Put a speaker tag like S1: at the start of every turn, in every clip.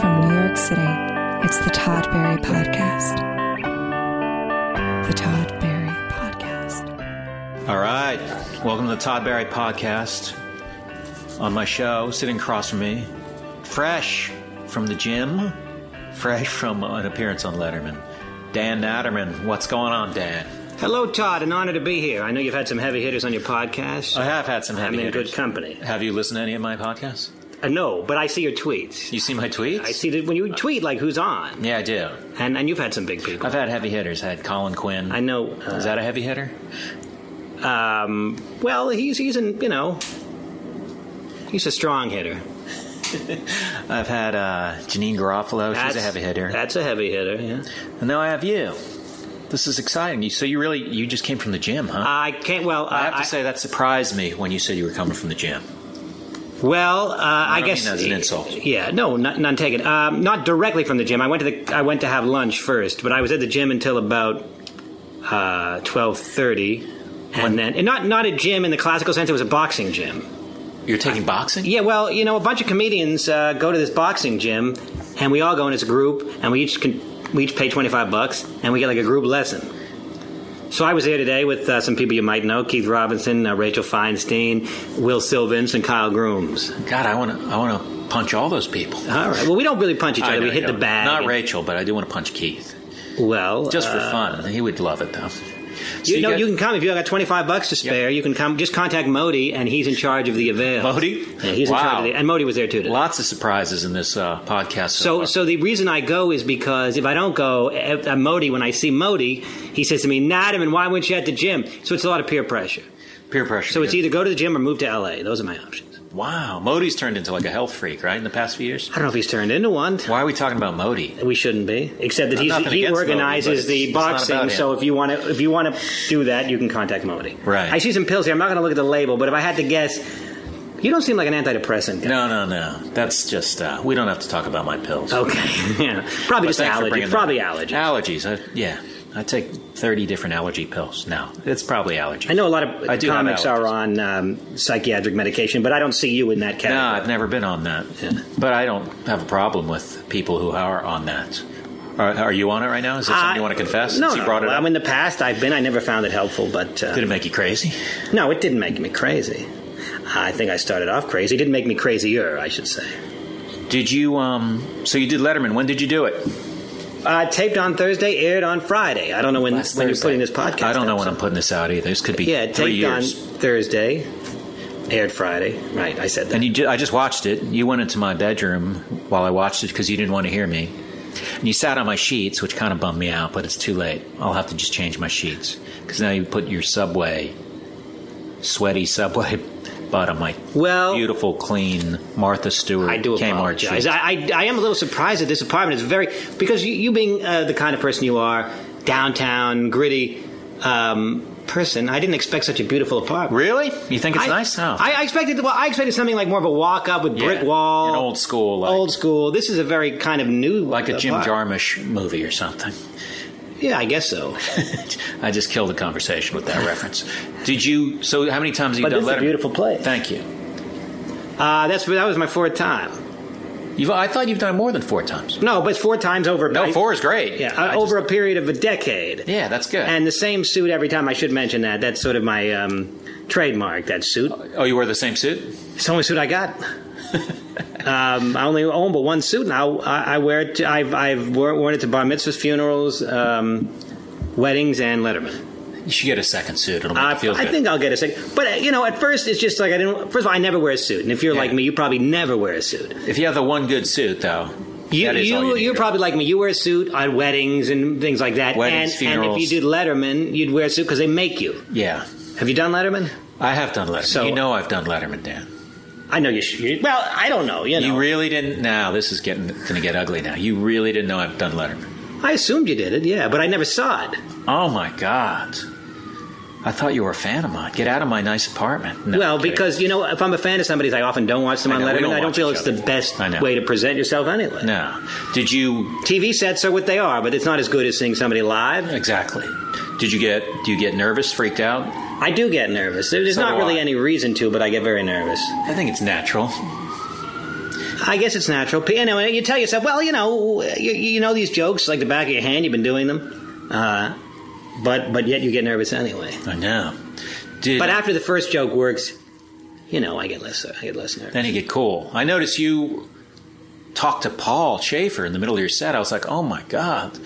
S1: From New York City, it's the Todd Berry Podcast. The Todd Berry Podcast.
S2: All right. Welcome to the Todd Barry Podcast. On my show, sitting across from me, fresh from the gym, fresh from an appearance on Letterman, Dan Natterman. What's going on, Dan?
S3: Hello, Todd. An honor to be here. I know you've had some heavy hitters on your podcast.
S2: I have had some
S3: I'm
S2: heavy
S3: in
S2: hitters.
S3: good company.
S2: Have you listened to any of my podcasts?
S3: Uh, no, but I see your tweets.
S2: You see my tweets?
S3: I see that when you tweet, like, who's on?
S2: Yeah, I do.
S3: And, and you've had some big people.
S2: I've had heavy hitters. I had Colin Quinn.
S3: I know. uh,
S2: Is that a heavy hitter?
S3: Um, well, he's, he's an, you know, he's a strong hitter.
S2: I've had uh, Janine Garofalo. She's a heavy hitter.
S3: That's a heavy hitter, yeah.
S2: And now I have you. This is exciting. You, so you really you just came from the gym, huh?
S3: I can't, well,
S2: I have to say that surprised me when you said you were coming from the gym.
S3: Well, uh, I,
S2: don't
S3: guess
S2: mean as an insult.
S3: Yeah, no, none, none taken. Um, not directly from the gym. I went to the I went to have lunch first, but I was at the gym until about uh, twelve thirty, and then and not not a gym in the classical sense. It was a boxing gym.
S2: You're taking boxing?
S3: Yeah, well, you know, a bunch of comedians uh, go to this boxing gym, and we all go in as a group, and we each can we each pay twenty five bucks, and we get like a group lesson. So I was here today with uh, some people you might know: Keith Robinson, uh, Rachel Feinstein, Will Silvins, and Kyle Grooms.
S2: God, I want to I want to punch all those people.
S3: All right. Well, we don't really punch each
S2: I
S3: other.
S2: know
S3: we
S2: you
S3: hit the
S2: don't.
S3: bag.
S2: Not Rachel, but I do want to punch Keith
S3: Well,
S2: just for
S3: uh,
S2: fun. He would love it though. So
S3: you know,
S2: got-
S3: you can come if you got twenty five bucks to spare. You can come. Just contact Modi, and he's in charge of the avail.
S2: Modi?
S3: yeah, he's in charge.
S2: Wow.
S3: Of the, and Modi was there too. Today.
S2: lots of surprises in this uh, podcast. So,
S3: So,
S2: far.
S3: so the reason I go is because if I don't go, eh, eh, Modi, when I see Modi, he says to me, "Nadaman, why weren't you at the gym?" So it's a lot of peer pressure.
S2: peer pressure.
S3: So it's
S2: here.
S3: either go to the gym or move to LA. Those are my options.
S2: wow. Modi's turned into like a health freak, right? In the past few years.
S3: I don't know if he's turned into one.
S2: Why are we talking about Modi?
S3: We shouldn't be, except that he's,
S2: Nothing
S3: he
S2: against
S3: organizes
S2: Modi,
S3: the
S2: but it's- it's not
S3: boxing.
S2: about
S3: So
S2: him.
S3: if you want to, if you want to do that, you can contact Modi.
S2: Right.
S3: I see some pills here. I'm not going to look at the label, but if I had to guess, you don't seem like an antidepressant. Guy.
S2: No, no, no. That's just uh, we don't have to talk about my pills.
S3: Okay. yeah. Probably
S2: Thanks
S3: just
S2: for
S3: allergy.
S2: bringing that
S3: Probably
S2: up.
S3: allergy.
S2: Allergies. I, yeah, I take thirty different allergy pills now. It's probably allergies.
S3: I know a lot of
S2: I do have
S3: comics are
S2: allergies.
S3: on um, psychiatric medication, but I don't see you in that
S2: No,
S3: category.
S2: I've never been on that, but I don't have a problem with people who are on that. Are, are you on it right now? Is that something
S3: I-
S2: you want to confess?
S3: No,
S2: since
S3: no.
S2: you brought it
S3: well,
S2: up?
S3: in the past, I've been. I never found it helpful, but uh,
S2: Did it make you crazy?
S3: no, it didn't make me crazy. I think I started off crazy. It didn't make me crazier, I should say.
S2: Did you? Um, so you did Letterman. When did you do it?
S3: Uh, taped on Thursday, aired on Friday. I don't know when,
S2: Last
S3: when you're
S2: Thursday.
S3: putting this podcast.
S2: I don't know
S3: out,
S2: when
S3: so-
S2: I'm putting this out either. This could be
S3: Yeah,
S2: three
S3: taped on
S2: years.
S3: Thursday, aired Friday. Right, I said that.
S2: And you, ju- I just watched it. You went into my bedroom while I watched it because you didn't want to hear me. And you sat on my sheets, which kind of bummed me out, but it's too late. I'll have to just change my sheets because now you put your subway, sweaty subway butt on my
S3: well,
S2: beautiful, clean Martha Stewart
S3: I do
S2: Kmart
S3: apologize.
S2: sheets.
S3: I, I, I am a little surprised that this apartment is very because you, you being uh, the kind of person you are, downtown gritty um, person. I didn't expect such a beautiful apartment.
S2: really? You think it's
S3: I,
S2: nice? Oh.
S3: I, I expected well, I expected something like more of a walk up with brick
S2: Yeah,
S3: wall,
S2: an old school, like-
S3: old school. This is a very kind of new,
S2: like a Jim
S3: apartment.
S2: Jarmusch movie or something.
S3: Yeah, I guess so.
S2: I just killed the conversation with that reference. Did you? So, how many times have you
S3: But
S2: done
S3: this is a
S2: Letterman?
S3: beautiful place.
S2: Thank you.
S3: Uh, that's that was my fourth time.
S2: You've, I thought you've done more than four times.
S3: No, but four times over.
S2: No,
S3: I-
S2: four is great.
S3: Yeah,
S2: I
S3: uh,
S2: just-
S3: over a period of a decade.
S2: yeah, that's good.
S3: And the same suit every time. I should mention that. That's sort of my um, trademark. That suit.
S2: oh, you wear the same suit?
S3: It's the only suit I got. um, I only own but one suit, and I, I, I wear it. To, I've I've wor- worn it to bar mitzvahs, funerals, um, weddings, and Letterman.
S2: You should get a second suit. It'll make
S3: I,
S2: you feel
S3: I
S2: good.
S3: think I'll get a second. But uh, you know, at first it's just like I didn't. First of all, I never wear a suit, and if you're
S2: Yeah.
S3: like me, you probably never wear a suit.
S2: if you have the one good suit, though,
S3: You,
S2: that is
S3: you,
S2: all you need.
S3: are
S2: to-
S3: probably like me. You wear a suit on weddings and things like that.
S2: Weddings,
S3: and, and if
S2: funerals.
S3: you did Letterman, you'd wear a suit because they make you.
S2: yeah.
S3: Have you done Letterman?
S2: I have done Letterman.
S3: So-
S2: you know I've done Letterman, Dan.
S3: I know you should. You, well, I don't know. You know,
S2: You really didn't. Now this is getting going to get ugly. Now you really didn't know I've done Letterman.
S3: I assumed you did it, yeah, but I never saw it.
S2: Oh my god! I thought you were a fan of mine. Get out of my nice apartment. No,
S3: well,
S2: I'm kidding.
S3: because you know, if I'm a fan of somebody's, I often don't watch them
S2: I
S3: on
S2: know, we
S3: Letterman.
S2: don't
S3: I don't
S2: watch
S3: feel
S2: each
S3: it's the
S2: other.
S3: best
S2: I know.
S3: way to present yourself anyway.
S2: no. Did you
S3: TV sets are what they are, but it's not as good as seeing somebody live.
S2: exactly? Did you get? Do you get nervous, freaked out?
S3: I do get nervous. There's
S2: So
S3: not
S2: do
S3: really
S2: I.
S3: any reason to, but I get very nervous.
S2: I think it's natural.
S3: I guess it's natural. P- Anyway, you tell yourself, well, you know, you, you know these jokes like the back of your hand. You've been doing them, uh, but but yet you get nervous anyway.
S2: I know. Did
S3: But after the first joke works, you know, I get less I get less nervous.
S2: then you get cool. I noticed you talked to Paul Schaefer in the middle of your set. I was like, oh my god.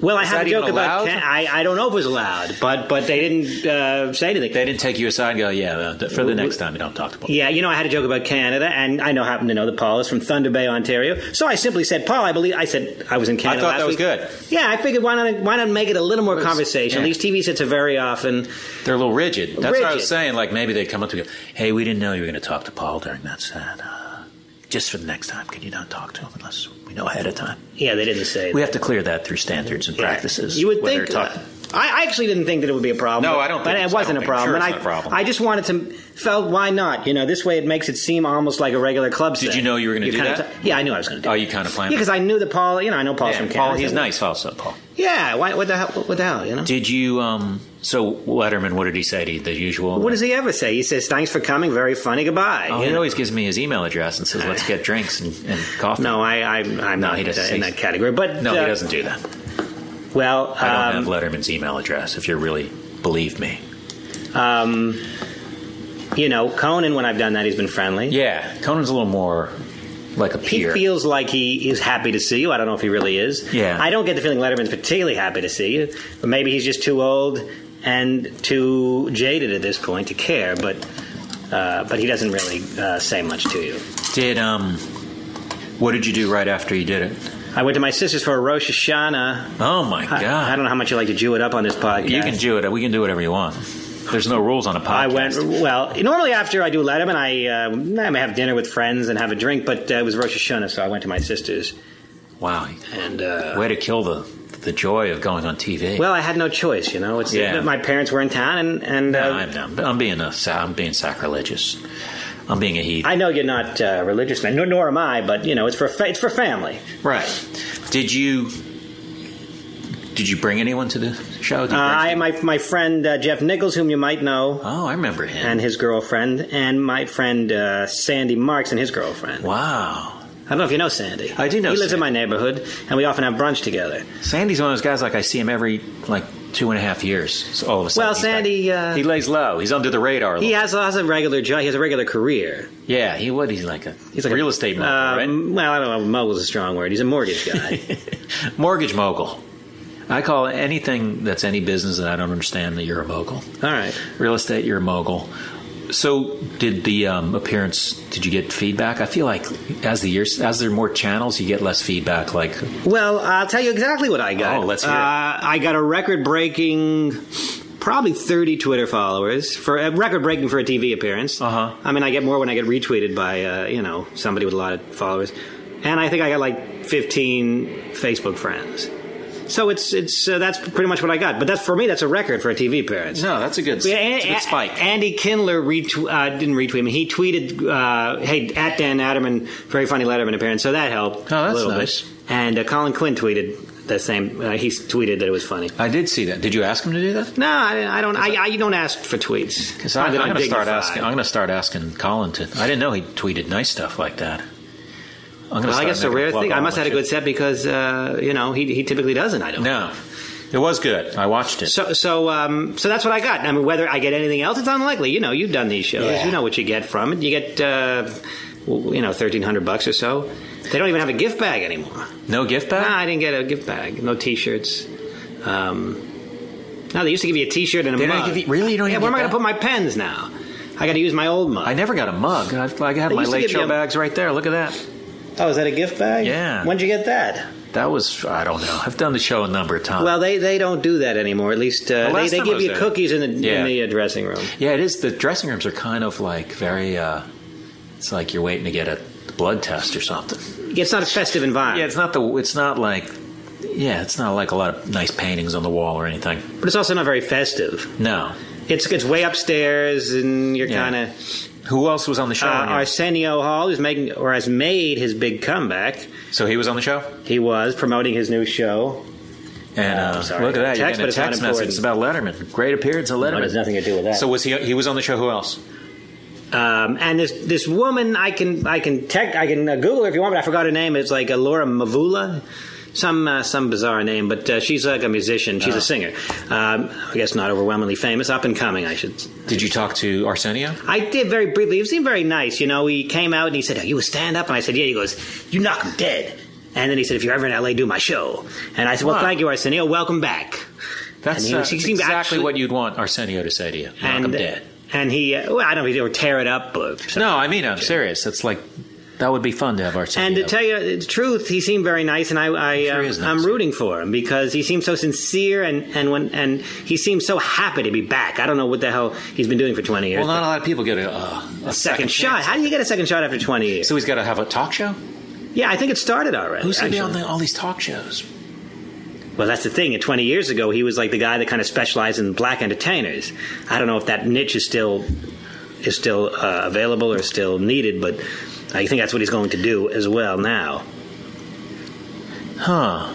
S3: Well, I
S2: Is
S3: had
S2: that
S3: a joke
S2: even
S3: about.
S2: allowed?
S3: Can- I I don't know if it was allowed, but but they didn't uh, say anything.
S2: They didn't take you aside and go, yeah, uh, for the next time you don't talk to Paul.
S3: Yeah, you know, I had a joke about Canada, and I know happen to know that Paul is from Thunder Bay, Ontario. So I simply said, "Paul, I believe." I said I was in Canada.
S2: I thought
S3: last
S2: that was
S3: week."
S2: good.
S3: Yeah, I figured why not why not make it a little more conversational.
S2: yeah.
S3: These TV sets are very often.
S2: They're a little rigid. That's what I
S3: Rigid.
S2: was saying. Like maybe they come up to you, hey, we didn't know you were going to talk to Paul during that set. Uh, just for the next time, can you not talk to him unless we know ahead of time?
S3: Yeah, they didn't say.
S2: We
S3: that.
S2: have to clear that through standards and
S3: Yeah.
S2: practices.
S3: You would
S2: whether
S3: think.
S2: talk-
S3: uh, I I actually didn't think that it would be a problem.
S2: No,
S3: but-
S2: I don't
S3: But
S2: think
S3: it
S2: so. I
S3: wasn't
S2: don't
S3: a
S2: think-
S3: problem.
S2: sure
S3: and
S2: it's
S3: I,
S2: not a problem.
S3: I just wanted to felt why not? You know, this way it makes it seem almost like a regular club.
S2: Did
S3: set.
S2: you know you were gonna do
S3: kinda
S2: that?
S3: t- yeah, I knew I was going to do.
S2: Oh,
S3: it.
S2: you kinda planned
S3: Yeah,
S2: it.
S3: because I knew that Paul. You know, I know Paul's
S2: Yeah,
S3: from Canada.
S2: Paul, he's nice also, Paul.
S3: Yeah, why, what the hell? What the hell? You know.
S2: Did you, um, so Letterman, what did he say to you? The usual?
S3: What does he ever say? He says, "Thanks for coming. Very funny. Goodbye."
S2: Oh,
S3: You
S2: he
S3: know?
S2: always gives me his email address and says, let's get drinks and, and coffee.
S3: No, I, I, I'm
S2: No,
S3: not
S2: he doesn't.
S3: in that category. But
S2: No,
S3: uh,
S2: he doesn't do that.
S3: Well,
S2: I don't have
S3: um,
S2: Letterman's email address if you really believe me.
S3: um, you know, Conan. When I've done that, he's been friendly.
S2: Yeah, Conan's a little more like a
S3: He
S2: peer.
S3: feels like he is happy to see you. I don't know if he really is.
S2: Yeah.
S3: I don't get the feeling Letterman's particularly happy to see you. But maybe he's just too old and too jaded at this point to care. But uh, but he doesn't really uh, say much to you.
S2: Did um, what did you do right after you did it?
S3: I went to my sister's for a Rosh Hashanah.
S2: Oh my
S3: I, I
S2: god!
S3: don't know how much you like to Jew it up on this podcast.
S2: you can do it. We can do whatever you want. There's no rules on a podcast.
S3: I went well. Normally, after I do Letterman, I uh, I may have dinner with friends and have a drink. But uh, it was Rosh Hashanah, so I went to my sister's.
S2: Wow,
S3: And uh,
S2: way to kill the the joy of going on TV.
S3: well, I had no choice. You know, it's
S2: Yeah.
S3: my parents were in town, and and
S2: no,
S3: uh,
S2: I'm, I'm, I'm being a sa- I'm being sacrilegious. I'm being a heathen.
S3: I know you're not uh, religious, nor, nor am I. But you know, it's for fa- it's for family.
S2: right? Did you did you bring anyone to the show? Did
S3: Uh,
S2: you bring-
S3: I my my friend uh, Jeff Nichols, whom you might know,
S2: oh, I remember him.
S3: and his girlfriend, and my friend uh, Sandy Marks and his girlfriend.
S2: wow.
S3: I don't know if you know Sandy.
S2: I do know
S3: He lives in
S2: Sandy.
S3: my neighborhood, and we often have brunch together.
S2: Sandy's one of those guys like I see him every like two and a half years. So all of a sudden,
S3: Well,
S2: he's
S3: Sandy,
S2: back.
S3: uh,
S2: he lays low. He's under the radar. a
S3: He
S2: little.
S3: has, has a regular job. He has a regular career.
S2: yeah, he what? He's like a he's like real estate mogul,
S3: Um, Well, I don't know. Mogul's a strong word. He's a mortgage guy.
S2: right? Mortgage mogul. I call anything that's any business that I don't understand that you're a mogul.
S3: All right.
S2: Real estate, you're a mogul. So, did the um, appearance? Did you get feedback? I feel like as the years, as there are more channels, you get less feedback. Like,
S3: Well, I'll tell you exactly what I got.
S2: Oh, let's hear it.
S3: Uh, I got a record-breaking, probably 30 Twitter followers for a record-breaking for a TV appearance.
S2: Uh-huh.
S3: I mean, I get more when I get retweeted by uh, you know somebody with a lot of followers, and I think I got like 15 Facebook friends. So it's it's uh, that's pretty much what I got. But that's for me, that's a record for a TV appearance.
S2: no, that's a good,
S3: Yeah,
S2: that's a
S3: An-
S2: good spike.
S3: Andy Kindler retw- uh, didn't retweet me. He tweeted, uh, "Hey, at Dan Adderman, very funny Letterman appearance." So that helped.
S2: Oh, that's
S3: a little bit.
S2: nice.
S3: And uh, Colin Quinn tweeted the same. Uh, he s- tweeted that it was funny.
S2: I did see that. Did you ask him to do that?
S3: No, I, I don't. I, I you don't ask for tweets.
S2: Because
S3: Not
S2: I'm,
S3: that
S2: going to start
S3: dignified.
S2: asking. I'm going to start asking Colin to. I didn't know he tweeted nice stuff like that. I'm gonna
S3: Well, I
S2: start
S3: guess a
S2: making
S3: rare
S2: plug
S3: thing. I
S2: on
S3: must
S2: with
S3: have had a
S2: you.
S3: good set because uh, you know he, he typically doesn't. I don't.
S2: No, it was good. I watched it.
S3: So so um, so that's what I got. I mean, whether I get anything else, it's unlikely. You know, you've done these shows.
S2: Yeah.
S3: You know what you get from it. You get uh, well, you know thirteen hundred bucks or so. They don't even have a gift bag anymore.
S2: no gift
S3: No,
S2: bag.
S3: I didn't get a gift bag. No T-shirts. Um, no, they used to give you a T-shirt and a
S2: They don't
S3: mug.
S2: give you- really? You don't
S3: yeah,
S2: even
S3: where am I
S2: get
S3: going to put my pens now? I got to use my old mug.
S2: I never got a mug. I've, I have
S3: They
S2: my
S3: used to
S2: late
S3: give you
S2: show
S3: a-
S2: bags right there. Look at that.
S3: oh, is that a gift bag?
S2: Yeah.
S3: When'd you get that?
S2: That was I don't know. I've done the show a number of times.
S3: Well, they, they don't do that anymore. At least uh,
S2: Uh, last
S3: they, they
S2: time I
S3: give
S2: was
S3: you
S2: there-
S3: cookies in the
S2: Yeah.
S3: in the uh, dressing room.
S2: yeah, it is. The dressing rooms are kind of like very. Uh, It's like you're waiting to get a blood test or something.
S3: It's not a festive environment.
S2: Yeah, it's not the. It's not like. Yeah, it's not like a lot of nice paintings on the wall or anything.
S3: but it's also not very festive.
S2: No.
S3: It's it's way upstairs, and you're
S2: Yeah.
S3: kind of
S2: Who else was on the show?
S3: uh,
S2: when you-
S3: Arsenio Hall is making or has made his big comeback.
S2: so he was on the show,
S3: He was promoting his new show.
S2: and
S3: I'm
S2: uh,
S3: sorry.
S2: look at that. You're
S3: Text,
S2: getting
S3: but
S2: a
S3: it's not
S2: text message.
S3: important.
S2: It's about Letterman. Great appearance of Letterman.
S3: No, it has nothing to do with that.
S2: So was he? He was on the show. Who else?
S3: Um, and this this woman, I can I can tech I can uh, Google her if you want, but I forgot her name. It's like uh, Laura Mavula, some uh, some bizarre name, but uh, she's like a musician.
S2: Ah.
S3: She's a singer. Um, I guess not overwhelmingly famous, up and coming. I should.
S2: Did you talk to Arsenio?
S3: I did very briefly. He seemed very nice. You know, he came out and he said, "Are you a stand up?" And I said, "Yeah." He goes, "You knock him dead." And then he said, "If you're ever in LA, do my show." And I said, "Well,
S2: Wow.
S3: thank you, Arsenio. Welcome back."
S2: That's
S3: And he
S2: uh,
S3: was- he seemed
S2: exactly
S3: actually-
S2: what you'd want Arsenio to say to you. Knock
S3: and
S2: him dead.
S3: And he, uh, well, I don't know, if he did, or tear it up or something.
S2: No, I mean I'm serious. It's like that would be fun to have Arsenio.
S3: And to tell you the truth, he seemed very nice, and I, I
S2: Sure
S3: um,
S2: is nice.
S3: I'm rooting for him because he seemed so sincere, and and when and he seemed so happy to be back. I don't know what the hell he's been doing for 20 years.
S2: well, not a lot of people get a, uh, a
S3: second,
S2: second
S3: shot.
S2: chance.
S3: How do you get a second shot after 20 years?
S2: So he's got to have a talk show.
S3: yeah, I think it started already.
S2: Who's going to be on
S3: actually.
S2: the, all these talk shows?
S3: Well, that's the thing. 20 years ago, he was like the guy that kind of specialized in black entertainers. I don't know if that niche is still is still uh, available or still needed, but I think that's what he's going to do as well now.
S2: Huh?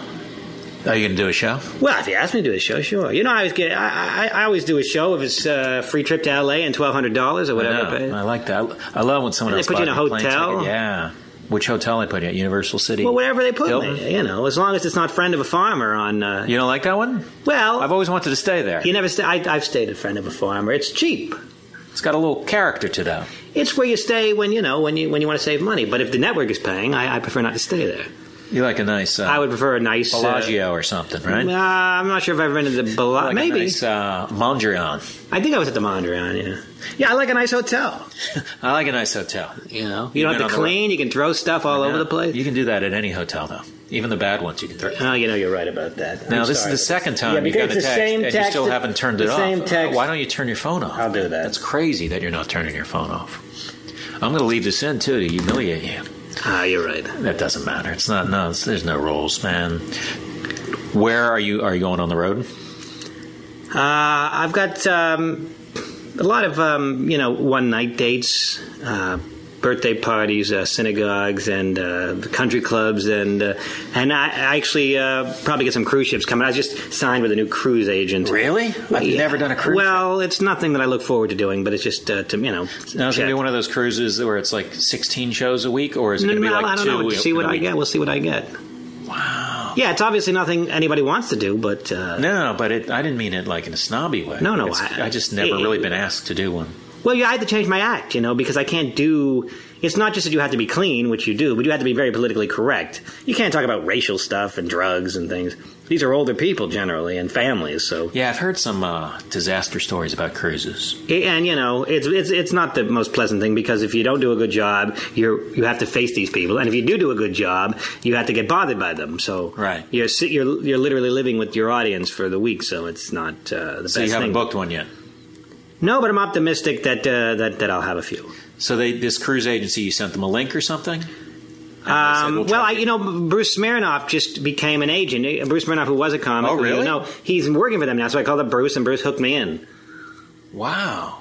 S2: Are you going to do a show?
S3: Well, if you ask me to do a show, sure. You know, I always get I, I, I always do a show if it's a free trip to LA and twelve hundred dollars or whatever.
S2: I, know.
S3: but-
S2: I like that. I love when someone
S3: And they
S2: else
S3: put you
S2: buys
S3: in a
S2: me plane
S3: hotel?
S2: ticket. Yeah. Which hotel they put you at? Universal City.
S3: well, wherever they put
S2: Hilton?
S3: me, you know, as long as it's not friend of a farmer on. Uh,
S2: You don't like that one?
S3: Well,
S2: I've always wanted to stay there.
S3: you never. Stay, I, I've stayed at friend of a farmer. It's cheap.
S2: it's got a little character to that.
S3: It's where you stay when you know when you when you want to save money. But if the network is paying, I, I prefer not to stay there.
S2: You like a nice. Uh,
S3: I would prefer a nice uh,
S2: Bellagio or something, right?
S3: Uh, I'm not sure if I've been to the Bellagio.
S2: Like a
S3: Maybe
S2: nice, uh, Mondrian.
S3: I think I was at the Mondrian. Yeah, yeah. I like a nice hotel.
S2: I like a nice hotel.
S3: You know, you
S2: You've been
S3: don't have to
S2: on the road.
S3: clean. You can throw stuff all over the place.
S2: You can do that at any hotel, though. Even the bad ones, you can throw.
S3: Oh, you know, you're right about that. I'm
S2: Now this
S3: sorry.
S2: is the second time
S3: Yeah,
S2: you
S3: because
S2: got a
S3: it's
S2: text,
S3: the same
S2: and you
S3: text-
S2: still haven't turned it
S3: the
S2: off. Oh,
S3: same text.
S2: Why don't you turn your phone off?
S3: I'll do that.
S2: That's crazy that you're not turning your phone off. I'm going to leave this in too to humiliate you.
S3: Ah, you're right.
S2: That doesn't matter. It's not no. it's- there's no rules, man. Where are you? Are you going on the road?
S3: Uh, I've got um, a lot of um, you know one night dates, uh, birthday parties, uh, synagogues, and uh, country clubs, and uh, and I, I actually uh, probably get some cruise ships coming. I just signed with a new cruise agent.
S2: Really? I've
S3: Yeah.
S2: never done a cruise.
S3: Well, it's nothing that I look forward to doing, but it's just uh, to you know.
S2: now it's going to
S3: check.
S2: be one of those cruises where it's like 16 shows a week, or is it
S3: No,
S2: going to
S3: no,
S2: be
S3: no,
S2: like
S3: I don't
S2: two?
S3: know.
S2: in a
S3: see what I
S2: week?
S3: get. We'll see what I get. Wow. Yeah, it's obviously nothing anybody wants to do, but uh,
S2: No, no, no, but it, I didn't mean it like in a snobby way.
S3: No, no,
S2: It's- I,
S3: I-
S2: just never
S3: it-
S2: really been asked to do one.
S3: well, yeah, I had to change my act, you know, because I can't do. It's not just that you have to be clean, which you do, but you have to be very politically correct. You can't talk about racial stuff and drugs and things. These are older people generally and families, so
S2: Yeah, I've heard some uh, disaster stories about cruises.
S3: and you know it's it's it's not the most pleasant thing because if you don't do a good job, you're you have to face these people, and if you do do a good job, you have to get bothered by them. So
S2: Right.
S3: you're si- you're you're literally living with your audience for the week, so it's not uh, the
S2: So
S3: best
S2: you haven't
S3: thing.
S2: booked one yet.
S3: No, but I'm optimistic that uh, that that I'll have a few.
S2: So they, this cruise agency, you sent them a link or something. And they said,
S3: Um,
S2: "We'll
S3: well, I,
S2: track
S3: you know, Bruce Smirnoff just became an agent. Uh, Bruce Smirnoff, who was a comic,
S2: Oh,
S3: who you
S2: really?
S3: know, he's working for them now. So I called up Bruce, and Bruce hooked me in.
S2: Wow.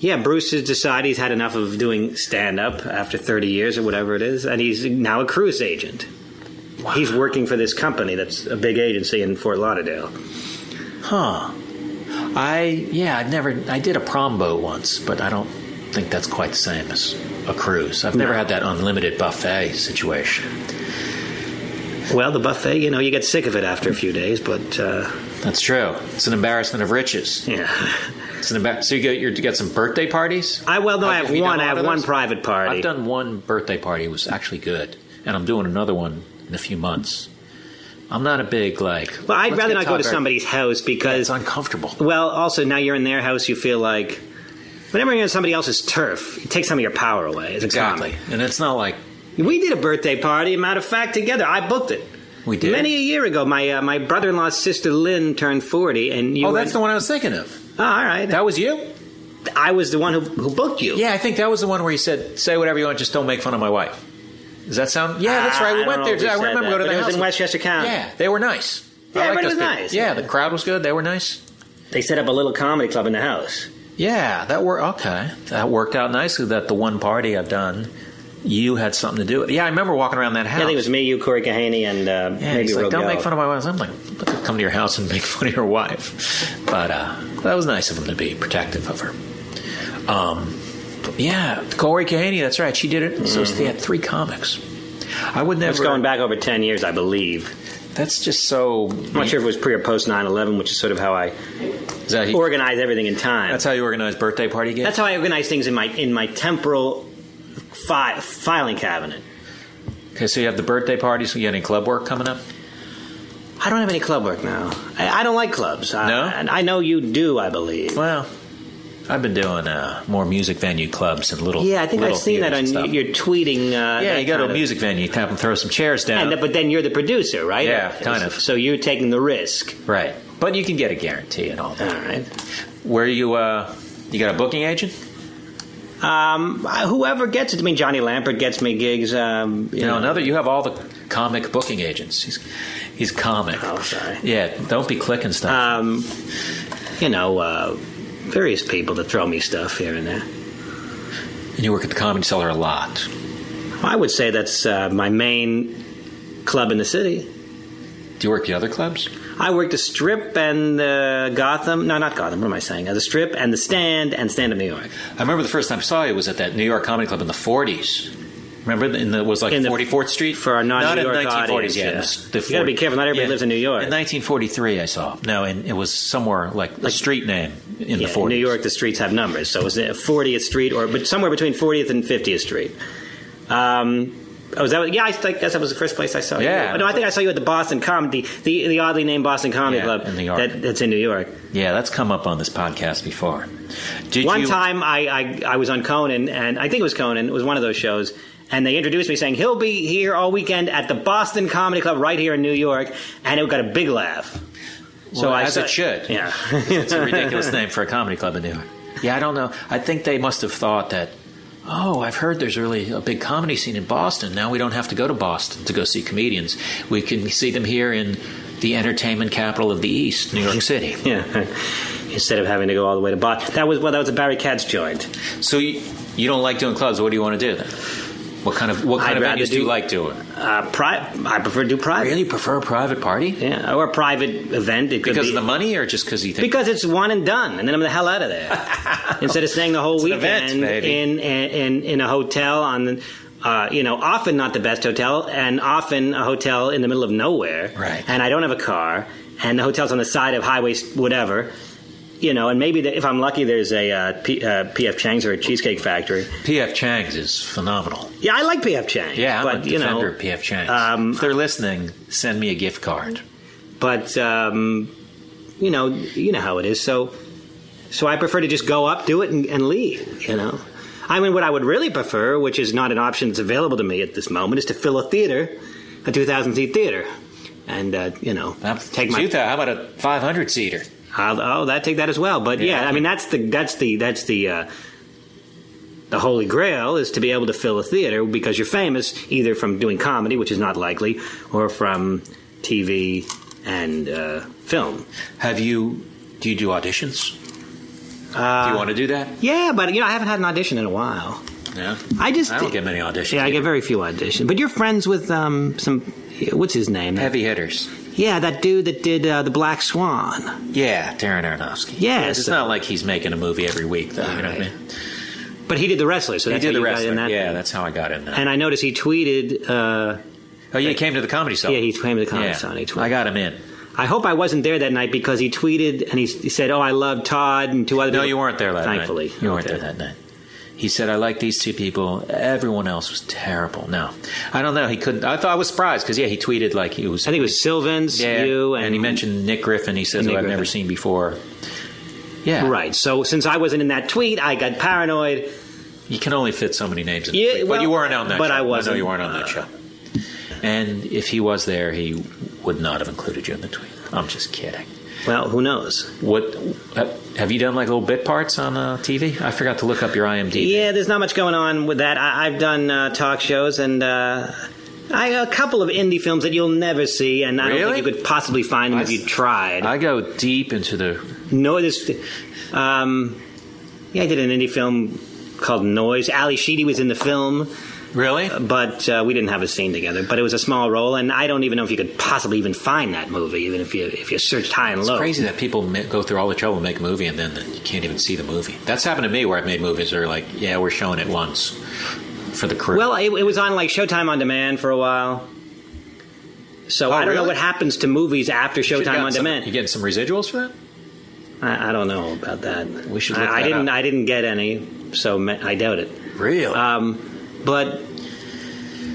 S3: Yeah, Bruce has decided he's had enough of doing stand up after 30 years or whatever it is, and he's now a cruise agent. He's working for this company that's a big agency in Fort Lauderdale.
S2: Huh. I yeah, I've never. I did a prom boat once, but I don't think that's quite the same as a cruise. I've never had that unlimited buffet situation.
S3: Well, the buffet, you know, you get sick of it after a few days, but uh,
S2: That's true. It's an embarrassment of riches.
S3: yeah.
S2: It's an embar- so you get you get some birthday parties.
S3: I well, no,
S2: Have-
S3: I have
S2: have you done
S3: one.
S2: a
S3: I
S2: lot
S3: have
S2: of
S3: one
S2: those?
S3: private party.
S2: I've done one birthday party. It was actually good, and I'm doing another one in a few months. I'm not a big like.
S3: well, I'd
S2: let's
S3: rather
S2: get
S3: not go
S2: Todd Barry-
S3: to somebody's house because
S2: It's uncomfortable.
S3: Well, also now you're in their house, you feel like whenever you're on somebody else's turf, it takes some of your power away. As a
S2: Exactly, and it's not like
S3: comic. we did a birthday party. Matter of fact, together I booked it.
S2: we did.
S3: Many a year ago, my uh, my brother in law's sister Lynn turned forty, and you.
S2: oh,
S3: were-
S2: that's the one I was thinking of.
S3: Oh, all right.
S2: That was you.
S3: I was the one who, who booked you.
S2: Yeah, I think that was the one where he said, "Say whatever you want, just don't make fun of my wife." Does that sound? Yeah, that's
S3: Ah,
S2: right.
S3: I
S2: We
S3: don't
S2: went
S3: know
S2: there.
S3: if we
S2: I
S3: said
S2: remember
S3: that,
S2: go to
S3: but
S2: the
S3: it was
S2: house.
S3: in Westchester County.
S2: Yeah, they were nice.
S3: Yeah,
S2: I like
S3: everybody
S2: those
S3: was
S2: people.
S3: nice.
S2: Yeah, the crowd was good. They were nice.
S3: They set up a little comedy club in the house.
S2: Yeah, that worked. Okay, that worked out nicely. That the one party I've done, you had something to do with. it. Yeah, I remember walking around that house.
S3: I think it was me, you, Corey Kahaney, and uh,
S2: Yeah,
S3: maybe
S2: he's like,
S3: Rogal.
S2: don't make fun of my wife. I'm like, "Look, I'll come to your house and make fun of your wife. But uh, that was nice of him to be protective of her. Um, but yeah, Corey Kahaney, that's right. She did it. So they had three comics. I would never.
S3: It's Mm-hmm. going back over 10 years, I believe.
S2: That's just so.
S3: I'm not sure if it was pre or post 9 11, which is sort of how I
S2: Is that-
S3: organize everything in time.
S2: that's how you organize birthday party gigs?
S3: That's how I organize things in my in my temporal fi- filing cabinet.
S2: okay, so you have the birthday parties. You got any club work coming up?
S3: I don't have any club work now. I, I don't like clubs. I,
S2: No?
S3: and I know you do. I believe.
S2: Well, I've been doing uh, more music venue clubs and little.
S3: Yeah, I think I've
S2: little
S3: seen that on
S2: theaters and
S3: y-
S2: stuff.
S3: your tweeting. Uh,
S2: Yeah,
S3: that
S2: you go to
S3: kind
S2: a
S3: of-
S2: music venue, tap and throw some chairs down.
S3: And, but then you're the producer, right?
S2: Yeah, kind of.
S3: So you're taking the risk.
S2: Right. But you can get a guarantee and all
S3: All
S2: that.
S3: right.
S2: Where you uh you got a booking agent?
S3: Um, whoever gets it. I mean, Johnny Lampert gets me gigs. Um, you
S2: You know,
S3: know,
S2: another you have all the comic booking agents. He's he's comic.
S3: Oh, sorry.
S2: Yeah, don't be clicking stuff.
S3: Um, you know, uh, various people that throw me stuff here and there.
S2: and you work at the comedy cellar a lot.
S3: I would say that's uh, my main club in the city.
S2: Do you work the other clubs?
S3: I worked the Strip and uh, Gotham. No, not Gotham. What am I saying? Uh, the Strip and the Stand and Stand Up New York.
S2: I remember the first time I saw you was at that New York comedy club in the forties. Remember in the it was like
S3: In the-
S2: forty fourth Street
S3: for our non-New
S2: not
S3: York
S2: in nineteen forties.
S3: audience,
S2: Yeah,
S3: yeah.
S2: in the- the
S3: You gotta be
S2: 40s.
S3: careful, not everybody lives in New York.
S2: In nineteen forty three, I saw no, and it was somewhere like, a street name in
S3: Yeah,
S2: the
S3: in
S2: forties.
S3: New York, the streets have numbers. So it was 40th Street or but somewhere between 40th and 50th Street. Um, oh, is that what, yeah, I think- guess that was the first place I saw
S2: Yeah.
S3: you. Oh, No, I think I saw you at the Boston Comedy, the, the oddly named Boston Comedy
S2: Yeah,
S3: Club
S2: in New York.
S3: That, that's in New York.
S2: Yeah, that's come up on this podcast before. Did
S3: One
S2: you,
S3: time I, I, I was on Conan, and I think it was Conan, it was one of those shows, and they introduced me saying, he'll be here all weekend at the Boston Comedy Club right here in New York, and it got a big laugh.
S2: Well,
S3: I
S2: as
S3: saw-
S2: it should.
S3: Yeah.
S2: it's a ridiculous name for a comedy club in New York. Yeah, I don't know. I think they must have thought that. Oh, I've heard there's really a big comedy scene in Boston. Now we don't have to go to Boston to go see comedians. We can see them here in the entertainment capital of the East, New York City.
S3: Yeah. Instead of having to go all the way to Boston. That was well, that was a Barry Katz joint.
S2: So you, you don't like doing clubs. What do you want to do then? What kind of what kind
S3: I'd
S2: of
S3: rather
S2: venues do, you
S3: do-
S2: like doing?
S3: Uh, pri- I prefer to do private.
S2: Really prefer a private party
S3: Yeah, or a private event. It could
S2: because
S3: be,
S2: of the money, or just because you think
S3: Because it's one and done, and then I'm the hell out of there. Instead of staying the whole
S2: an
S3: weekend
S2: event, baby.
S3: in, in in a hotel on, the- uh, you know, often not the best hotel, and often a hotel in the middle of nowhere.
S2: Right.
S3: And I don't have a car, and the hotel's on the side of highways, whatever. You know, and maybe the, if I'm lucky, there's a uh, P, uh, PF Chang's or a Cheesecake Factory.
S2: P.F. Chang's is phenomenal?
S3: Yeah, I like PF Chang's.
S2: Yeah, I'm
S3: but,
S2: a
S3: you
S2: defender
S3: know,
S2: of P.F. Chang's.
S3: um,
S2: if they're listening, send me a gift card.
S3: but um, you know, you know how it is. So, so I prefer to just go up, do it, and, and leave. You know, I mean, what I would really prefer, which is not an option that's available to me at this moment, is to fill a theater, a two thousand seat theater, and uh, you know,
S2: I'm-
S3: take my.
S2: Shoot, though, how about a 500 seater?
S3: I'll, oh, that take that as well. But yeah,
S2: Yeah.
S3: I mean, that's the that's the that's the. Uh, the holy grail is to be able to fill a theater because you're famous either from doing comedy, which is not likely, or from TV and uh, film.
S2: Have you? Do you do auditions? do you want to do that?
S3: Yeah, but you know, I haven't had an audition in a while.
S2: Yeah.
S3: I just
S2: I don't get many auditions.
S3: Yeah, I
S2: either.
S3: get very few auditions. But you're friends with um some what's his name?
S2: heavy hitters.
S3: Yeah, that dude that did uh, the Black Swan.
S2: Yeah, Darren Aronofsky.
S3: Yes.
S2: it's not like he's making a movie every week, though. Oh, You know what I
S3: Right.
S2: mean?
S3: But he did the wrestler, so
S2: He
S3: that's
S2: did
S3: how
S2: the
S3: you got
S2: wrestler.
S3: in that.
S2: yeah, that's how I got in that.
S3: And I noticed he tweeted. Uh,
S2: oh, yeah, he came to the comedy cell.
S3: yeah, he came to the Comic
S2: Yeah.
S3: Con. He tweeted.
S2: I got him in.
S3: I hope I wasn't there that night because he tweeted and he, he said, "Oh, I love Todd and two other."
S2: No,
S3: people.
S2: you weren't there that
S3: Thankfully,
S2: night. you weren't
S3: Okay.
S2: there that night. He said, "I like these two people. Everyone else was terrible." No, I don't know. He couldn't. I thought I was surprised because yeah, he tweeted like he was.
S3: I think it was Sylvan's, you, and,
S2: he mentioned Nick Griffin. He says,
S3: Nick
S2: "Who I've
S3: Griffin.
S2: never seen before." Yeah,
S3: right. So since I wasn't in that tweet, I got paranoid.
S2: You can only fit so many names. In
S3: Yeah,
S2: the tweet, but
S3: well,
S2: you weren't on that.
S3: but
S2: show.
S3: I wasn't. Uh,
S2: know you weren't on that show. And if he was there, he would not have included you in the tweet. I'm just kidding.
S3: Well, who knows?
S2: What? Uh, Have you done like little bit parts on uh, TV? I forgot to look up your IMDb.
S3: Yeah, there's not much going on with that. I, I've done uh, talk shows and uh, I a couple of indie films that you'll never see, and I don't
S2: Really?
S3: think you could possibly find them
S2: I
S3: if
S2: s-
S3: you tried.
S2: I go deep into the.
S3: no, there's. Um, yeah, I did an indie film called Noise. Ali Sheedy was in the film,
S2: Really?
S3: but uh, we didn't have a scene together. But it was a small role, and I don't even know if you could possibly even find that movie, even if you if you searched high and low.
S2: It's crazy that people ma- go through all the trouble to make a movie and then you can't even see the movie. That's happened to me where I've made movies that are like, yeah, we're showing it once for the crew.
S3: Well, it, it was on like Showtime on Demand for a while. So I don't know
S2: Oh, really?
S3: what happens to movies after
S2: Should've
S3: Showtime
S2: gotten
S3: on
S2: some-
S3: Demand.
S2: You getting some residuals for that?
S3: I, I don't know about that.
S2: We should look
S3: I, I
S2: that
S3: didn't.
S2: up.
S3: I didn't get any, so ma- I doubt it.
S2: Really?
S3: Um, but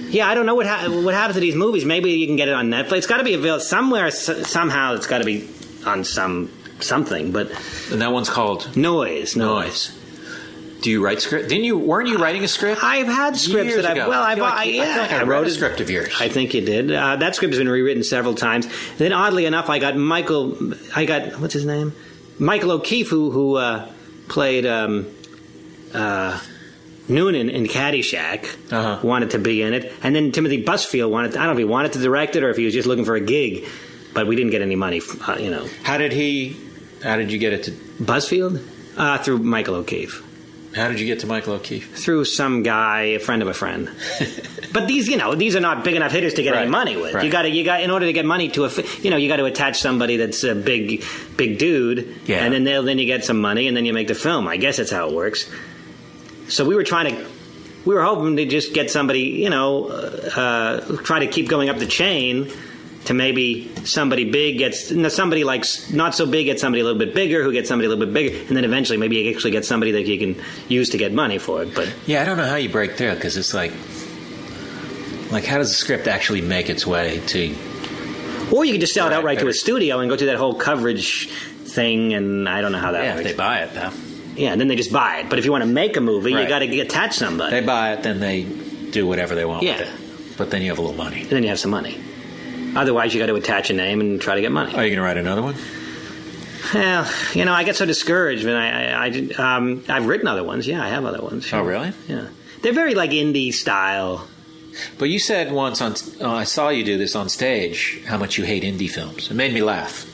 S3: yeah, I don't know what ha- what happens to these movies. Maybe you can get it on Netflix. It's got to be available somewhere s- somehow. It's got to be on some something. But
S2: and that one's called
S3: noise, noise.
S2: Noise. Do you write script? Didn't you? Weren't you writing a script?
S3: I've had scripts
S2: Years
S3: that
S2: ago.
S3: I've well,
S2: I
S3: I've
S2: feel like-
S3: I,
S2: I feel
S3: yeah,
S2: like I read
S3: wrote
S2: a script of yours.
S3: I think you did. Uh, that script has been rewritten several times. Then oddly enough, I got Michael. I got what's his name, Michael O'Keefe, who who uh, played um, uh, Noonan in Caddyshack,
S2: Uh-huh.
S3: wanted to be in it, and then Timothy Busfield wanted. I don't know if he wanted to direct it or if he was just looking for a gig, but we didn't get any money. f- Uh, you know,
S2: How did he? How did you get it to?
S3: Busfield uh, through Michael O'Keefe.
S2: How did you get to Michael O'Keefe?
S3: through some guy, a friend of a friend. but these, you know, these are not big enough hitters to get
S2: Right,
S3: any money with. You
S2: right.
S3: got to, you got in order to get money to a, fi- you know, you got to attach somebody that's a big, big dude,
S2: Yeah.
S3: and then they'll then you get some money, and then you make the film. I guess that's how it works. So we were trying to. We were hoping to just get somebody, you know, uh, uh, try to keep going up the chain to maybe somebody big gets no, somebody like s- not so big gets somebody a little bit bigger, who gets somebody a little bit bigger, and then eventually maybe you actually get somebody that you can use to get money for it. But
S2: Yeah, I don't know how you break through because it's like, like how does the script actually make its way to?
S3: Or you could just sell it
S2: Right,
S3: outright to
S2: better.
S3: a studio and go through that whole coverage thing, and I don't know how that
S2: Yeah, if
S3: works.
S2: they buy it though.
S3: yeah, and then they just buy it. But if you want to make a movie,
S2: Right.
S3: you got to attach somebody,
S2: They buy it, then they do whatever they want
S3: Yeah.
S2: with it. But then you have a little money.
S3: and then you have some money. Otherwise, you got to attach a name and try to get money.
S2: Are you going to write another one?
S3: Well, you know, I get so discouraged when I, I, I did- um, I've written other ones. Yeah, I have other ones.
S2: Oh, really?
S3: Yeah, they're very like indie style.
S2: But you said once on uh, I saw you do this on stage how much you hate indie films. It made me laugh.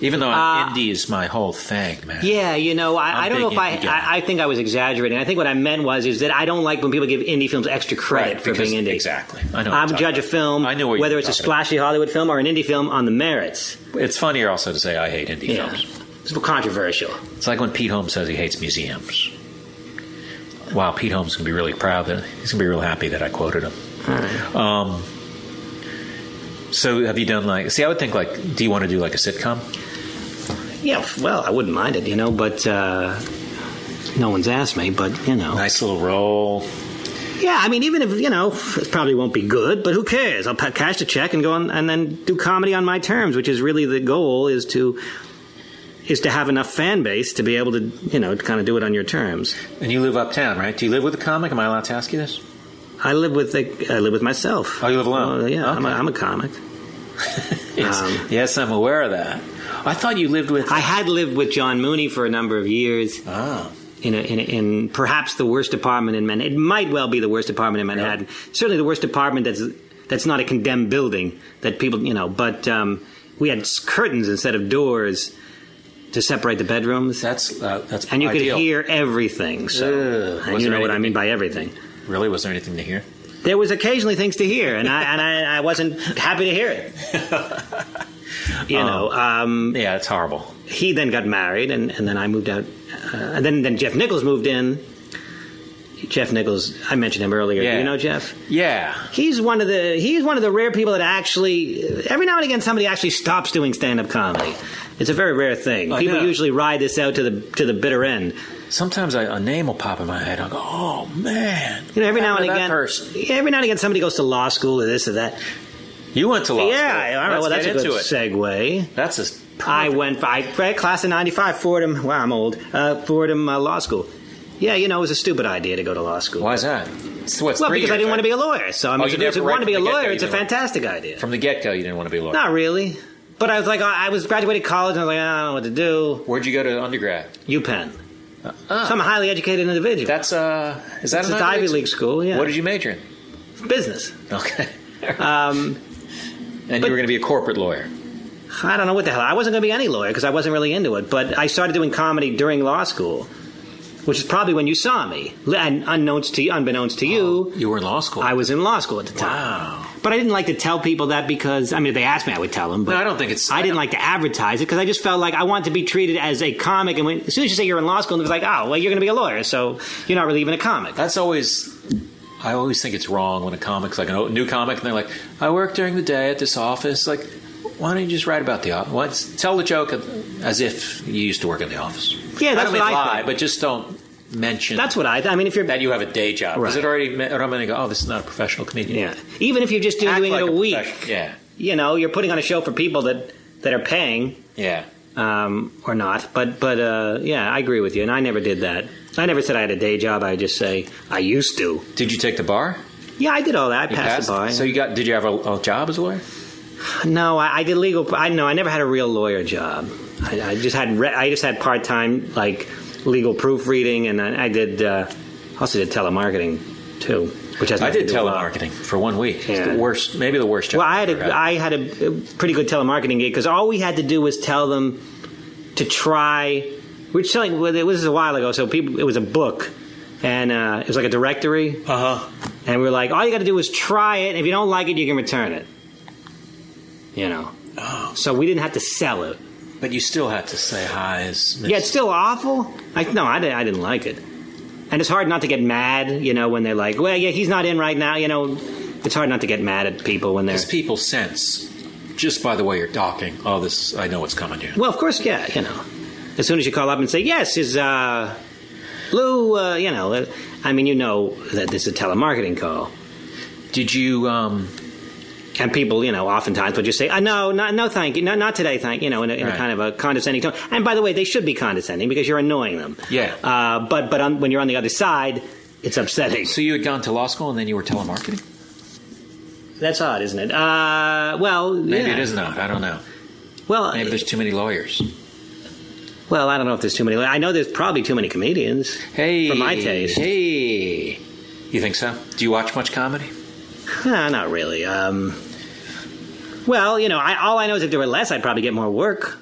S2: Even though I'm-
S3: Uh,
S2: indie is my whole thing, man.
S3: Yeah, you know,
S2: I'm
S3: I, I don't know
S2: big
S3: if I,
S2: indie guy.
S3: I, I think I was exaggerating. I think what I meant was is that I don't like when people give indie films extra credit
S2: Right,
S3: for
S2: because-
S3: being indie.
S2: exactly. I know what
S3: I'm
S2: you're
S3: judge
S2: talking
S3: a film.
S2: about. I know what
S3: whether
S2: you're
S3: it's a
S2: talking about.
S3: splashy Hollywood film or an indie film on the merits.
S2: It's funnier also to say I hate indie films.
S3: It's controversial.
S2: It's like when Pete Holmes says he hates museums. Wow, Pete Holmes can be really proud. That, he's gonna be real happy that I quoted him.
S3: Hmm.
S2: Um, so have you done like? See, I would think like, do you want to do like a sitcom?
S3: Yeah, well, I wouldn't mind it, you know, but uh, no one's asked me, but, you know.
S2: Nice little role.
S3: Yeah, I mean, even if, you know, it probably won't be good, but who cares? I'll pa- cash the check and go on and then do comedy on my terms, which is really the goal is to is to have enough fan base to be able to, you know, kind of do it on your terms.
S2: And you live uptown, right? Do you live with a comic? Am I allowed to ask you this?
S3: I live with a, I live with myself.
S2: Oh, you live alone?
S3: Well, yeah, I'm, a,
S2: Okay.
S3: I'm a comic.
S2: Yes,
S3: Um,
S2: yes, I'm aware of that. I thought you lived with.
S3: I had lived with John Mooney for a number of years.
S2: ah,
S3: in, a, in, a, in perhaps the worst apartment in Manhattan. It might well be the worst apartment in Manhattan. Certainly the worst apartment that's that's not a condemned building that people you know. But um, we had s- curtains instead of doors to separate the bedrooms,
S2: that's uh, that's.
S3: and you
S2: ideal.
S3: could hear everything. So
S2: Ugh.
S3: and
S2: Was
S3: you
S2: there
S3: know what I
S2: anything-
S3: mean by everything.
S2: Really, was there anything to hear?
S3: There was occasionally things to hear, and I and I, I wasn't happy to hear it. You
S2: Oh.
S3: know, um,
S2: Yeah, it's horrible.
S3: he then got married, and, and then I moved out. Uh, and then, then Jeff Nichols moved in. Jeff Nichols, I mentioned him earlier. Do
S2: Yeah.
S3: you know Jeff?
S2: Yeah,
S3: He's one of the he's one of the rare people that actually every now and again somebody actually stops doing stand up comedy. It's a very rare thing.
S2: I
S3: people
S2: know.
S3: usually ride this out to the to the bitter end.
S2: sometimes I, a name will pop in my head. I'll go, oh man.
S3: You know, every now and
S2: Remember that
S3: again,
S2: person.
S3: Yeah, every now and again somebody goes to law school or this or that.
S2: You went to law
S3: yeah,
S2: school.
S3: all right, well
S2: Let's
S3: that's a
S2: get into
S3: good
S2: it.
S3: segue.
S2: That's a.
S3: I went. I read class in '95, Fordham. Wow, I'm old. Uh, Fordham uh, Law School. Yeah, you know, it was a stupid idea to go to law school.
S2: Why is that? It's, what's
S3: Well,
S2: three
S3: because I
S2: years,
S3: didn't
S2: right?
S3: want to be a lawyer. So I mean,
S2: Oh,
S3: if
S2: you
S3: you
S2: never- right
S3: want to be a
S2: from the
S3: lawyer,
S2: get-go,
S3: it's
S2: you
S3: a
S2: didn't want-
S3: fantastic idea.
S2: From the get go, you didn't want to be a lawyer.
S3: Not really. But I was like, I I was graduated college, and I was like, I don't know what to do.
S2: Where'd you go to undergrad?
S3: UPenn.
S2: Uh,
S3: so I'm a highly educated individual.
S2: That's uh, is that
S3: It's
S2: an
S3: an Ivy League school, yeah.
S2: What did you major in?
S3: business.
S2: Okay.
S3: Um,
S2: and you were going to be a corporate lawyer.
S3: I don't know what the hell. I wasn't going to be any lawyer because I wasn't really into it. But I started doing comedy during law school, which is probably when you saw me. And unbeknownst to you, unbeknownst to you,
S2: You were in law school.
S3: I was in law school at the time.
S2: Oh. Wow.
S3: But I didn't like to tell people that because I mean, if they asked me, I would tell them. But
S2: No, I don't think it's-
S3: I didn't like to advertise it because I just felt like I wanted to be treated as a comic. And when, as soon as you say you're in law school, it was like, oh, well, you're going to be a lawyer, so you're not really even a comic.
S2: That's always. I always think it's wrong when a comic's like a new comic, and they're like, "I work during the day at this office." Like, why don't you just write about the office? What's, tell the joke as if you used to work in the office.
S3: Yeah, that's
S2: I don't mean
S3: what I
S2: lie,
S3: think.
S2: but just don't mention
S3: That's what I. I mean, if you're
S2: that you have a day job. Because
S3: Right.
S2: it already me- automatically go, "Oh, this is not a professional comedian."
S3: yeah, even if you're just doing
S2: Act
S3: it
S2: like
S3: a week,
S2: professional- Yeah,
S3: you know, you're putting on a show for people that that are paying.
S2: yeah.
S3: um, or not. But but uh, yeah, I agree with you, and I never did that. I never said I had a day job. I just say I used to.
S2: Did you take the bar?
S3: Yeah, I did all that. I
S2: You
S3: passed, the bar.
S2: So you got? Did you have a, a job as a lawyer?
S3: no, I, I did legal. I no, I never had a real lawyer job. I, I just had re- I just had part time like legal proofreading, and I, I did uh, also did telemarketing too, which has
S2: I
S3: nothing
S2: did
S3: to do with law.
S2: telemarketing for one week. It's
S3: Yeah.
S2: the worst, maybe the worst job.
S3: Well, I had
S2: I've ever
S3: a, I had a a pretty good telemarketing gig because all we had to do was tell them to try. We were selling. Well, it was a while ago, so people. It was a book, and uh, it was like a directory.
S2: Uh-huh.
S3: And we were like, all you got to do is try it. and If you don't like it, you can return it. You know.
S2: Oh.
S3: So we didn't have to sell it.
S2: But you still had to say hi. As
S3: Yeah, it's still awful. I, no, I, di- I didn't like it. And it's hard not to get mad, you know, when they're like, well, yeah, he's not in right now. You know, it's hard not to get mad at people when they're.
S2: Because people sense, just by the way you're talking, oh, this, I know what's coming here.
S3: Well, of course, yeah, you know. As soon as you call up and say, yes, is uh, Lou, uh, you know, uh, I mean, you know that this is a telemarketing call.
S2: Did you, um,
S3: And people, you know, oftentimes would just say, uh, no, no, no, thank you. No, not today, thank you, you know, in, a, in
S2: Right.
S3: a kind of a condescending tone. And by the way, they should be condescending because you're annoying them.
S2: Yeah.
S3: Uh, but but on, when you're on the other side, it's upsetting.
S2: so you had gone to law school and then you were telemarketing?
S3: That's odd, isn't it? Uh, well,
S2: Maybe
S3: yeah.
S2: it is not. I don't know.
S3: Well, uh,
S2: Maybe there's too many lawyers.
S3: well, I don't know if there's too many. I know there's probably too many comedians.
S2: Hey.
S3: For my taste.
S2: Hey. You think so? Do you watch much comedy?
S3: Nah, not really. Um, well, you know, I, all I know is if there were less, I'd probably get more work.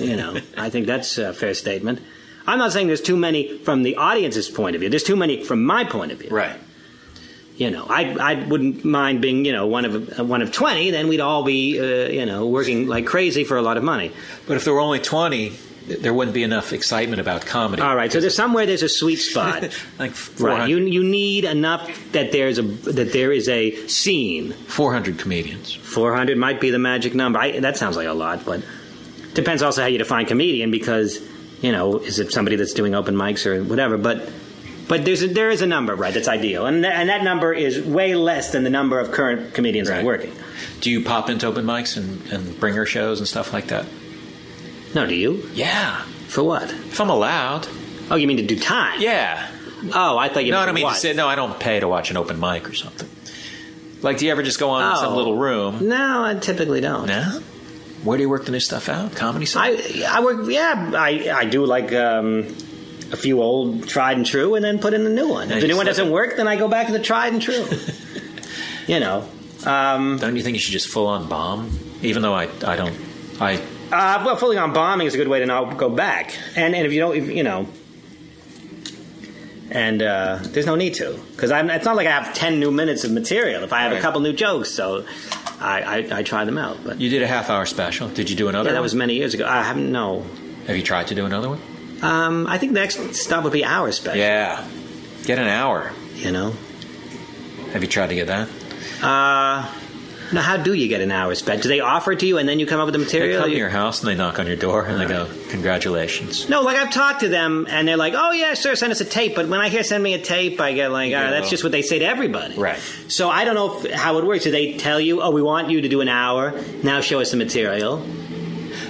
S3: You know, I think that's a fair statement. I'm not saying there's too many from the audience's point of view. There's too many from my point of view.
S2: Right.
S3: You know, I, I wouldn't mind being, you know, one of one of twenty. Then we'd all be, uh, you know, working like crazy for a lot of money.
S2: But if there were only 20, th- there wouldn't be enough excitement about comedy.
S3: All right. So there's somewhere there's a sweet spot.
S2: Like 400,
S3: right. You you need enough that there's a that there is a scene.
S2: 400 comedians.
S3: 400 might be the magic number. I, that sounds like a lot, but depends also how you define comedian because, you know, is it somebody that's doing open mics or whatever, but but there's a, there is a number, right, that's ideal. And, tha- and that number is way less than the number of current comedians that
S2: Right.
S3: are working.
S2: Do you pop into open mics and, and bringer shows and stuff like that?
S3: No, do you?
S2: Yeah.
S3: For what?
S2: If I'm allowed.
S3: Oh, you mean to do time?
S2: Yeah.
S3: Oh, I thought you
S2: no,
S3: meant
S2: I don't mean
S3: what?
S2: to say, no, I don't pay to watch an open mic or something. Like, do you ever just go on in some
S3: Oh.
S2: little room?
S3: No, I typically don't.
S2: No. Where do you work the new stuff out? Comedy side?
S3: I I work yeah I I do like um, a few old tried and true and then put in the new one.
S2: Yeah,
S3: if the
S2: you
S3: new one
S2: slip
S3: doesn't
S2: it.
S3: work, then I go back to the tried and true. you know. Um,
S2: Don't you think you should just full on bomb? Even though I, I don't. I
S3: uh, well, fully on bombing is a good way to not go back, and and if you don't, if, you know, and uh, there's no need to because I'm. It's not like I have ten new minutes of material. If I have
S2: Right.
S3: a couple new jokes, so I, I I try them out. But
S2: You did a half hour special. Did you do another
S3: yeah, that
S2: one?
S3: was many years ago. I haven't no.
S2: Have you tried to do another one?
S3: Um, I think the next stop would be our special.
S2: Yeah. Get an hour.
S3: You know.
S2: Have you tried to get that?
S3: Uh, now, how do you get an hour's bet? Do they offer it to you and then you come up with the
S2: They
S3: material?
S2: come to
S3: You-
S2: your house and they knock on your door and they go, "Congratulations."
S3: No, like I've talked to them and they're like, oh, yeah, sure, send us a tape. But when I hear send me a tape, I get like, all right, that's
S2: well-
S3: just what they say to everybody.
S2: Right.
S3: So I don't know if, how it works. Do they tell you, oh, we want you to do an hour, now show us the material?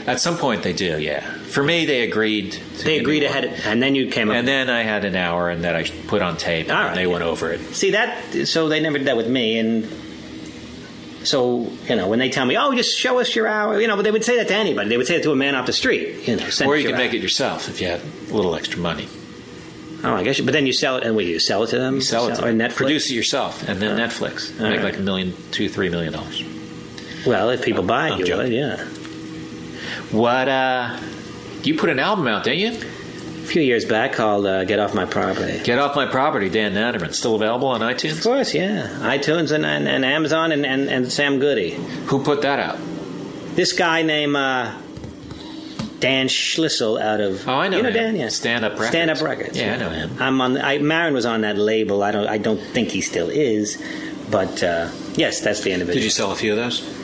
S2: At some point, they do. Yeah. For me, they agreed. To give me
S3: They agreed
S2: one.
S3: ahead, of, and then you came up.
S2: And then I had an hour, and that I put on tape,
S3: All
S2: and
S3: right.
S2: they went over it.
S3: See, that, so they never did that with me. And So you know, when they tell me, "Oh, just show us your hour," you know, but they would say that to anybody. They would say it to a man off the street. You know, send
S2: Or
S3: us
S2: you
S3: your
S2: can
S3: hour.
S2: make it yourself if you had a little extra money.
S3: Oh, I guess. You, but then you sell it, and what you sell it to them?
S2: You sell it to
S3: or
S2: them.
S3: Netflix.
S2: Produce it yourself, and then Netflix.
S3: All
S2: make
S3: right.
S2: like a million, two, three million dollars.
S3: Well, if people buy it,
S2: I'm
S3: you
S2: joking.
S3: would, yeah.
S2: What? uh You put an album out, didn't you?
S3: A few years back, called uh, "Get Off My Property."
S2: Get off my property, Dan Natterman. Still available on
S3: Of
S2: iTunes.
S3: course, yeah. iTunes and, and, and Amazon and, and, and Sam Goody.
S2: Who put that out?
S3: This guy named uh, Dan Schlissel out of
S2: Oh, I know
S3: you know
S2: him.
S3: Dan, yeah,
S2: Stand Up Records.
S3: Stand Up Records.
S2: Yeah, I know him.
S3: I'm on. I, Marin was on that label. I don't. I don't think he still is, but uh, yes, that's the individual.
S2: Did you sell a few of those?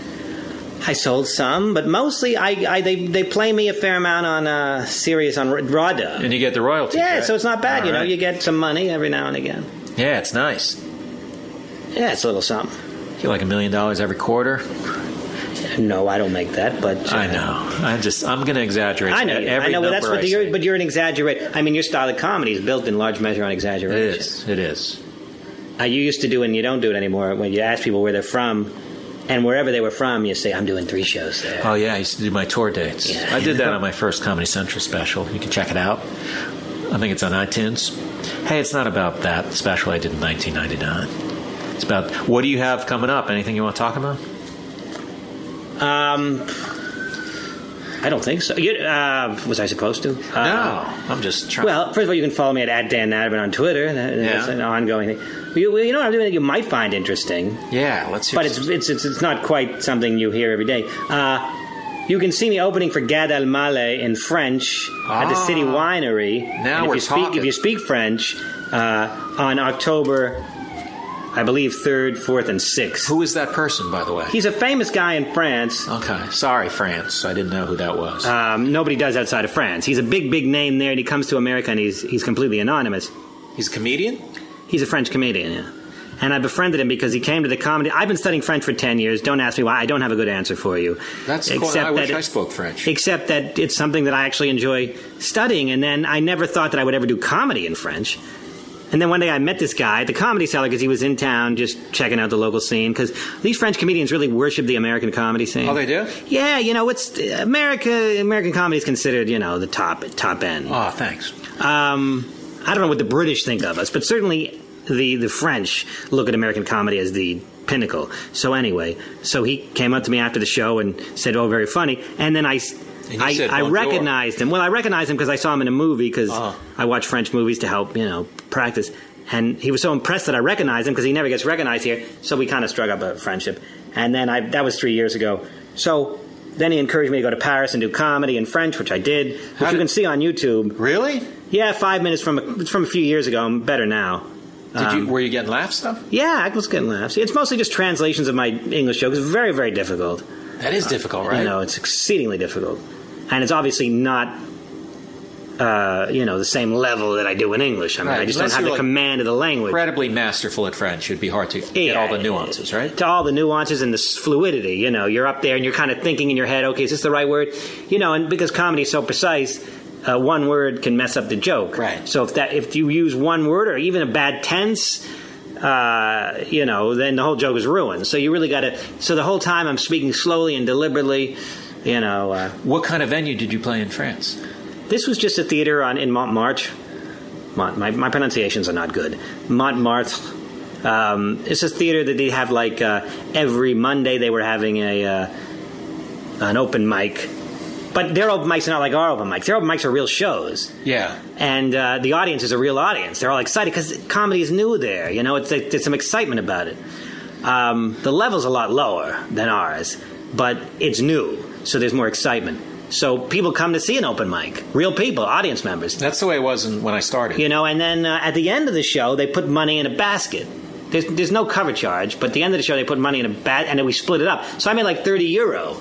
S3: I sold some, but mostly I, I they, they play me a fair amount on uh, Sirius on Ra- Raw Dub.
S2: And you get the royalties.
S3: Yeah,
S2: right?
S3: so it's not bad.
S2: All
S3: you know,
S2: right.
S3: you get some money every now and again.
S2: yeah, it's nice.
S3: Yeah, it's a little something.
S2: You get like a million dollars every quarter.
S3: No, I don't make that, but uh,
S2: I know. I just I'm going to exaggerate.
S3: I know. you.
S2: Every
S3: I know. Well, that's
S2: number
S3: what
S2: I
S3: you're.
S2: say.
S3: But you're an exaggerator. I mean, your style of comedy is built in large measure on
S2: It
S3: exaggeration.
S2: is. It is.
S3: Uh, you used to do, and you don't do it anymore. When you ask people where they're from, and wherever they were from, you say, "I'm doing three shows there."
S2: Oh yeah, I used to do my tour dates.
S3: Yeah.
S2: I did that on my first Comedy Central special. You can check it out. I think it's on iTunes. Hey, it's not about that special I did in 1999. It's about what do you have coming up? Anything you want to talk about?
S3: Um, I don't think so. You, uh, was I supposed to? Uh,
S2: no, I'm just trying.
S3: Well, first of all, you can follow me at, at Dan Natterman on Twitter. That- That's
S2: Yeah.
S3: an ongoing thing. You, well, you know what I'm doing that you might find interesting,
S2: yeah, let's hear.
S3: but it's, it's, it's, it's not quite something you hear every day. Uh, you can see me opening for Gad Al Male in French at the
S2: Ah.
S3: City Winery.
S2: Now
S3: And if
S2: we're
S3: you speak,
S2: talking.
S3: If you speak French, uh, on October, I believe, 3rd, 4th, and 6th.
S2: who is that person, by the way?
S3: He's a famous guy in France.
S2: Okay, sorry, France. I didn't know who that was.
S3: Um, nobody does outside of France. He's a big, big name there, and he comes to America and he's, he's completely anonymous.
S2: He's a comedian. Oh,
S3: He's a French comedian, yeah. And I befriended him because he came to the comedy. I've been studying French for 10 years. Don't ask me why. I don't have a good answer for you.
S2: That's cool. I wish I spoke French.
S3: Except that it's something that I actually enjoy studying. And then I never thought that I would ever do comedy in French. And then one day I met this guy at the comedy cellar because he was in town just checking out the local scene. Because these French comedians really worship the American comedy scene.
S2: Oh, they do.
S3: Yeah, you know, it's uh, America. American comedy is considered, you know, the top top end
S2: Oh, thanks.
S3: um, I don't know what the British think of us, but certainly the the French look at American comedy as the pinnacle. So anyway, so he came up to me after the show and said, "Oh, very funny," and then I. s-
S2: And you
S3: I,
S2: said,
S3: I
S2: "Bonjour."
S3: recognized him. Well, I recognized him because I saw him in a movie because
S2: Uh-huh.
S3: I watch French movies to help, you know, practice. And he was so impressed that I recognized him because he never gets recognized here. So we kind of struck up a friendship. And then I, that was three years ago. So then he encouraged me to go to Paris and do comedy in French, which I did, which
S2: How
S3: you
S2: did-
S3: can see on YouTube.
S2: Really?
S3: Yeah, five minutes from a, it's from a few years ago. I'm better now.
S2: Did you? Um, Were you getting laughs though?
S3: Yeah, I was getting laughs. It's mostly just translations of my English jokes. It's very, very difficult.
S2: That is difficult, right?
S3: You know, it's exceedingly difficult, and it's obviously not. Uh, you know the same level that I do in English. I mean, I
S2: Right,
S3: just
S2: unless
S3: don't have
S2: you're,
S3: the
S2: like,
S3: command of the language.
S2: incredibly masterful at French. It'd be hard to get
S3: Yeah,
S2: all the nuances, right?
S3: To all the nuances and the s- fluidity, you know, you're up there and you're kind of thinking in your head, okay, is this the right word? You know, and because comedy is so precise, uh, one word can mess up the joke.
S2: Right.
S3: So if that if you use one word or even a bad tense. Uh, you know, then the whole joke is ruined. So you really got to. So the whole time I'm speaking slowly and deliberately. You know, uh,
S2: What kind of venue did you play in France?
S3: this was just a theater on in Montmartre. Mont, my, my pronunciations are not good. Montmartre. Um, it's a theater that they have like uh, every Monday. They were having a uh, an open mic, but their open mics are not like our open mics. Their open mics are real shows
S2: Yeah.
S3: and uh, the audience is a real audience. They're all excited because comedy is new there. You know, it's like, there's some excitement about it. Um, the level's a lot lower than ours, but it's new, so there's more excitement. So people come to see an open mic, real people, audience members.
S2: That's the way it was in, when I started.
S3: You know, and then uh, at the end of the show, they put money in a basket. There's, there's no cover charge, but at the end of the show, they put money in a bat, and then we split it up. So I made like 30 euro,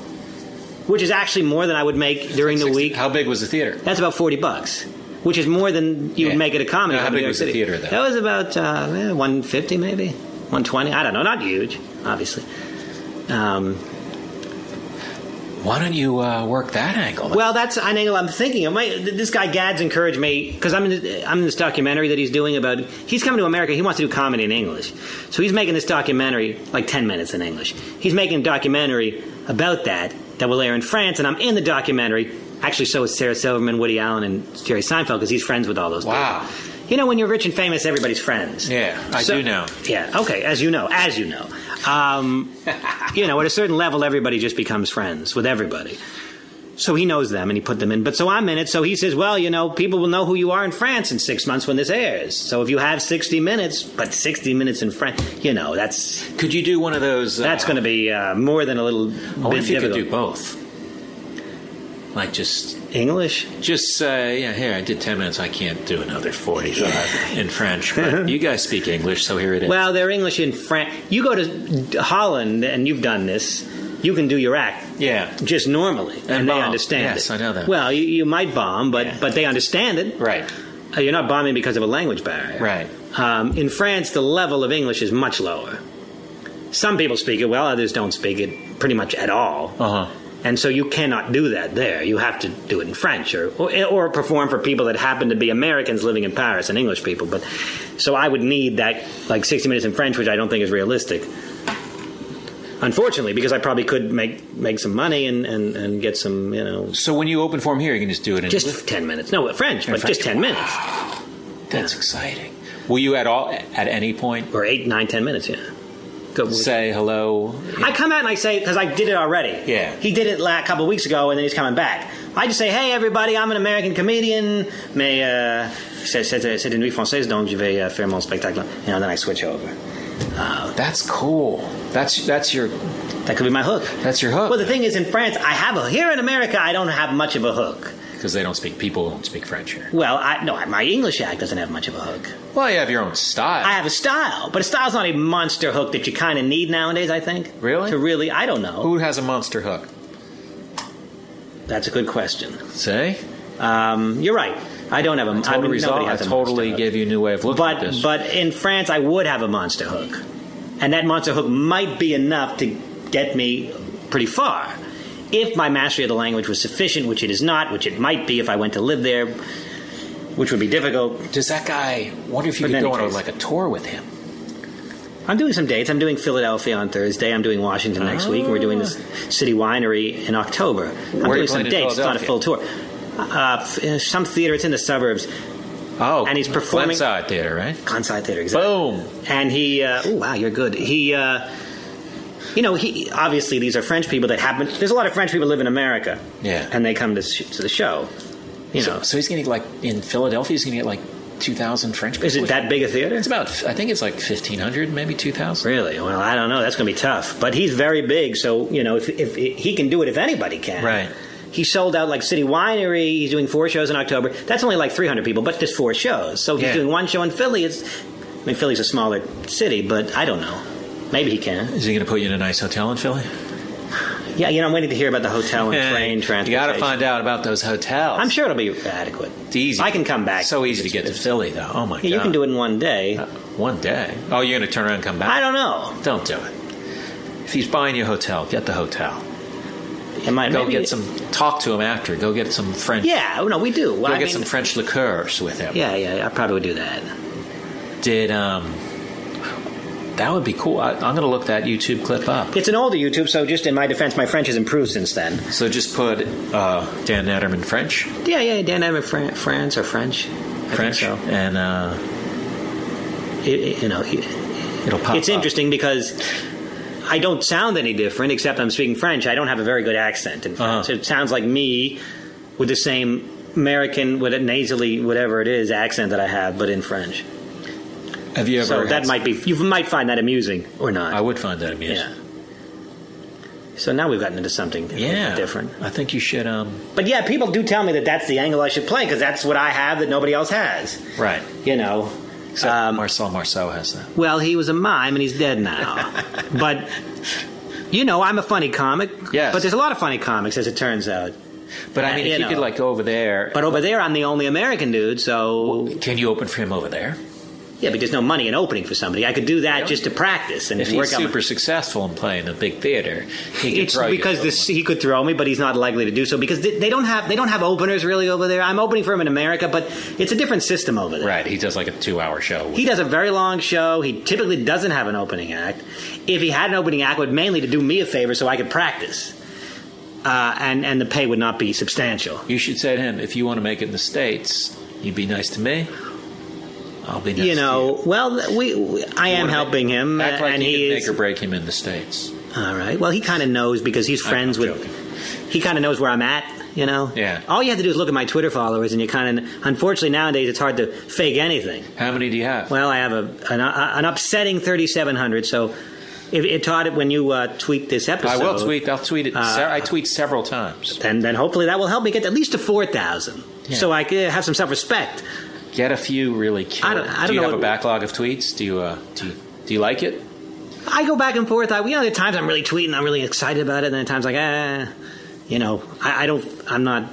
S3: which is actually more than I would make during the
S2: 60
S3: week.
S2: How big was the theater?
S3: That's about forty bucks, which is more than you
S2: Yeah.
S3: would make at a comedy.
S2: Now, how
S3: club
S2: big
S3: in New York
S2: was the
S3: City.
S2: theater then?
S3: That was about uh, one fifty, maybe one twenty. I don't know. Not huge, obviously. Um,
S2: Why don't you uh, work that angle?
S3: Well, that's an angle I'm thinking of. My, th- this guy Gads encouraged me because I'm in this, I'm in this documentary that he's doing about. He's coming to America. He wants to do comedy in English, so he's making this documentary like ten minutes in English. He's making a documentary about that that will air in France, and I'm in the documentary. Actually, so is Sarah Silverman, Woody Allen, and Jerry Seinfeld because he's friends with all those.
S2: Wow.
S3: people. You know, when you're rich and famous, everybody's friends.
S2: Yeah, I
S3: So-
S2: do know.
S3: Yeah, okay, as you know, as you know. Um, you know, at a certain level, everybody just becomes friends with everybody. So he knows them and he put them in. But so I'm in it. So he says, well, you know, people will know who you are in France in six months when this airs. So if you have 60 minutes, but 60 minutes in France, you know, that's
S2: Could you do one of those? Uh,
S3: that's going to be uh, more than a little
S2: I wonder
S3: bit
S2: Oh, if you could
S3: difficult.
S2: do both. Like just,
S3: English?
S2: just say, yeah. Here, I did ten minutes. I can't do another forty-five in French. But you guys speak English, so here it is.
S3: Well, they're English in France. You go to Holland and you've done this, you can do your act
S2: yeah,
S3: just normally, and, they
S2: bomb.
S3: understand it.
S2: Yes, I know that.
S3: Well, you, you might bomb, but
S2: Yeah.
S3: but they understand it.
S2: right,
S3: Uh, You're not bombing because of a language barrier.
S2: right.
S3: Um, in France, the level of English is much lower. Some people speak it well; others don't speak it pretty much at all.
S2: Uh huh.
S3: And so you cannot do that there. You have to do it in French or, or or perform for people that happen to be Americans living in Paris and English people. But so I would need that like 60 minutes in French, which I don't think is realistic. Unfortunately, because I probably could make make some money and, and, and get some, you know,
S2: So when you open for him here, you can just do it in
S3: just 10 minutes. No, French, but
S2: French.
S3: just 10 minutes
S2: That's exciting. Will you at all at any point
S3: or eight, nine, 10 minutes. Yeah. Go,
S2: say hello?
S3: I come out and I say because I did it already.
S2: Yeah.
S3: he did it la- a couple weeks ago, and then he's coming back. I just say, "Hey, everybody, I'm an American comedian. Mais euh, c'est c'est- c'est une nuit française, donc je vais euh, faire mon spectacle." You know, then I switch over.
S2: That's cool. That's that's your
S3: That could be my hook.
S2: that's your hook.
S3: Well, the thing is, in France, I have a. Here in America, I don't have much of a hook.
S2: because they don't speak people don't speak French here.
S3: Well, I no, my English act doesn't have much of a hook.
S2: Well, you have your own style.
S3: I have a style, but a style's not a monster hook that you kind of need nowadays. I think.
S2: Really?
S3: To really, I don't know.
S2: Who has a monster hook?
S3: That's a good question.
S2: Say,
S3: Um, you're right. I don't have a. I
S2: total
S3: mean,
S2: result.
S3: nobody
S2: I
S3: has a monster
S2: totally
S3: hook.
S2: gave you a new way of looking at
S3: But
S2: this.
S3: but in France, I would have a monster hook, and that monster hook might be enough to get me pretty far, if my mastery of the language was sufficient, which it is not, which it might be if I went to live there, which would be difficult.
S2: Does that guy wonder if you
S3: But in
S2: could go
S3: any
S2: on a,
S3: case-
S2: like a tour with him?
S3: I'm doing some dates. I'm doing Philadelphia on Thursday. I'm doing Washington next week. and We're doing this city winery in October. I'm
S2: Ah. Where are you
S3: doing some
S2: playing in
S3: dates. It's not a
S2: Philadelphia?
S3: full tour. Uh, f- some theater. It's in the suburbs.
S2: Oh,
S3: And he's performing-
S2: Glenside Theater, right?
S3: Conside Theater. Exactly.
S2: Boom.
S3: and he uh, oh wow you're good he uh, you know he obviously these are french people that happen there's a lot of french people live in america
S2: Yeah.
S3: and they come to, sh- to the show you know
S2: So, so he's gonna get like in Philadelphia. He's gonna get like two thousand French.
S3: is
S2: people.
S3: it that big a theater
S2: It's about. I think it's like fifteen hundred, maybe two thousand.
S3: really well i don't know that's going to be tough but he's very big so you know if, if, he can do it if anybody can
S2: Right.
S3: he sold out like City Winery. He's doing four shows in October. That's only like 300 people, but just four shows. So if
S2: Yeah.
S3: he's doing one show in Philly, it's. I mean, Philly's a smaller city, but I don't know. Maybe he can.
S2: Is he gonna put you in a nice hotel in Philly?
S3: Yeah, you know, I'm waiting to hear about the hotel and train transportation.
S2: You got to find out about those hotels.
S3: I'm sure it'll be adequate.
S2: it's easy.
S3: I can come back.
S2: So easy to get to Philly, though. Oh my god.
S3: Yeah, you can do it in one day.
S2: Uh, One day. Oh, you're going to turn around and come back.
S3: I don't know.
S2: Don't do it. If he's buying you a hotel, get the hotel.
S3: It might
S2: Go
S3: maybe-
S2: get some. Talk to him after. Go get some French.
S3: Yeah, oh, no, we do.
S2: Go
S3: Well, I
S2: get
S3: mean-
S2: some French liqueurs with him.
S3: Yeah, yeah, I probably would do that.
S2: Did um. That would be cool. I, I'm going to look that YouTube clip up.
S3: It's an older YouTube, so just in my defense, my French has improved since then.
S2: So just put uh, Dan Natterman French,
S3: Yeah, yeah, Dan, I'm in Fran- France or French. I
S2: French,
S3: Think so.
S2: and uh,
S3: It- it- you know, it-
S2: it'll pop.
S3: it's
S2: up.
S3: interesting because I don't sound any different, except I'm speaking French. I don't have a very good accent in French.
S2: Uh-huh.
S3: It sounds like me with the same American, with a nasally, whatever it is, accent that I have, but in French.
S2: Have you ever?
S3: So
S2: had
S3: that might be you might find that amusing or not.
S2: I would find that amusing.
S3: yeah. So now we've gotten into something
S2: Yeah,
S3: different.
S2: I think you should. Um,
S3: But yeah, people do tell me that that's the angle I should play because that's what I have that nobody else has.
S2: right. Um,
S3: You know.
S2: Except Marcel Marceau has that.
S3: Well, he was a mime and he's dead now. but you know, I'm a funny comic.
S2: Yes.
S3: But there's a lot of funny comics, as it turns out.
S2: But I
S3: Uh,
S2: mean, if
S3: you
S2: you could
S3: know.
S2: like go over there,
S3: But over there, I'm the only American dude. So
S2: can you open for him over there?
S3: Yeah, but there's no money in opening for somebody. I could do that just to practice and
S2: If
S3: work
S2: he's
S3: out. my-
S2: super successful in playing a big theater, he could
S3: it's
S2: throw you
S3: because
S2: a
S3: this,
S2: little
S3: he could throw me, but he's not likely to do so because they, they don't have they don't have openers really over there. I'm opening for him in America, but it's a different system over there.
S2: one. right. He does like a two-hour show.
S3: He does a very long show. He typically doesn't have an opening act. If he had an opening act, it would mainly to do me a favor so I could practice, uh, and and the pay would not be substantial.
S2: you should say to him, if you want to make it in the states, you'd be nice to me. I'll be nice.
S3: you
S2: to
S3: know,
S2: you.
S3: well, we, we I am
S2: wanna
S3: helping
S2: make-
S3: him,
S2: Act like
S3: and
S2: you
S3: he
S2: can
S3: is
S2: make or break him in the states.
S3: all right. Well, he kind of knows because he's
S2: I'm
S3: friends with.
S2: joking.
S3: He kind of knows where I'm at. You know.
S2: Yeah.
S3: All you have to do is look at my Twitter followers, and you kind of. Unfortunately, nowadays it's hard to fake anything.
S2: How many do you have?
S3: Well, I have a an, uh, an upsetting 3,700. So, if it Todd, when you uh, tweet this episode,
S2: I will tweet. I'll tweet it. se-
S3: uh,
S2: I tweet several times.
S3: Then, then hopefully that will help me get at least to 4,000.
S2: Yeah.
S3: So I could have some self respect.
S2: Get a few really killed.
S3: I don't- I
S2: do
S3: don't
S2: you
S3: know
S2: have a
S3: what-
S2: backlog of tweets? Do you, uh, do you do you like it?
S3: I go back and forth. I, you know, there are times I'm really tweeting, I'm really excited about it, and then times like, ah, you know, I, I don't, I'm not.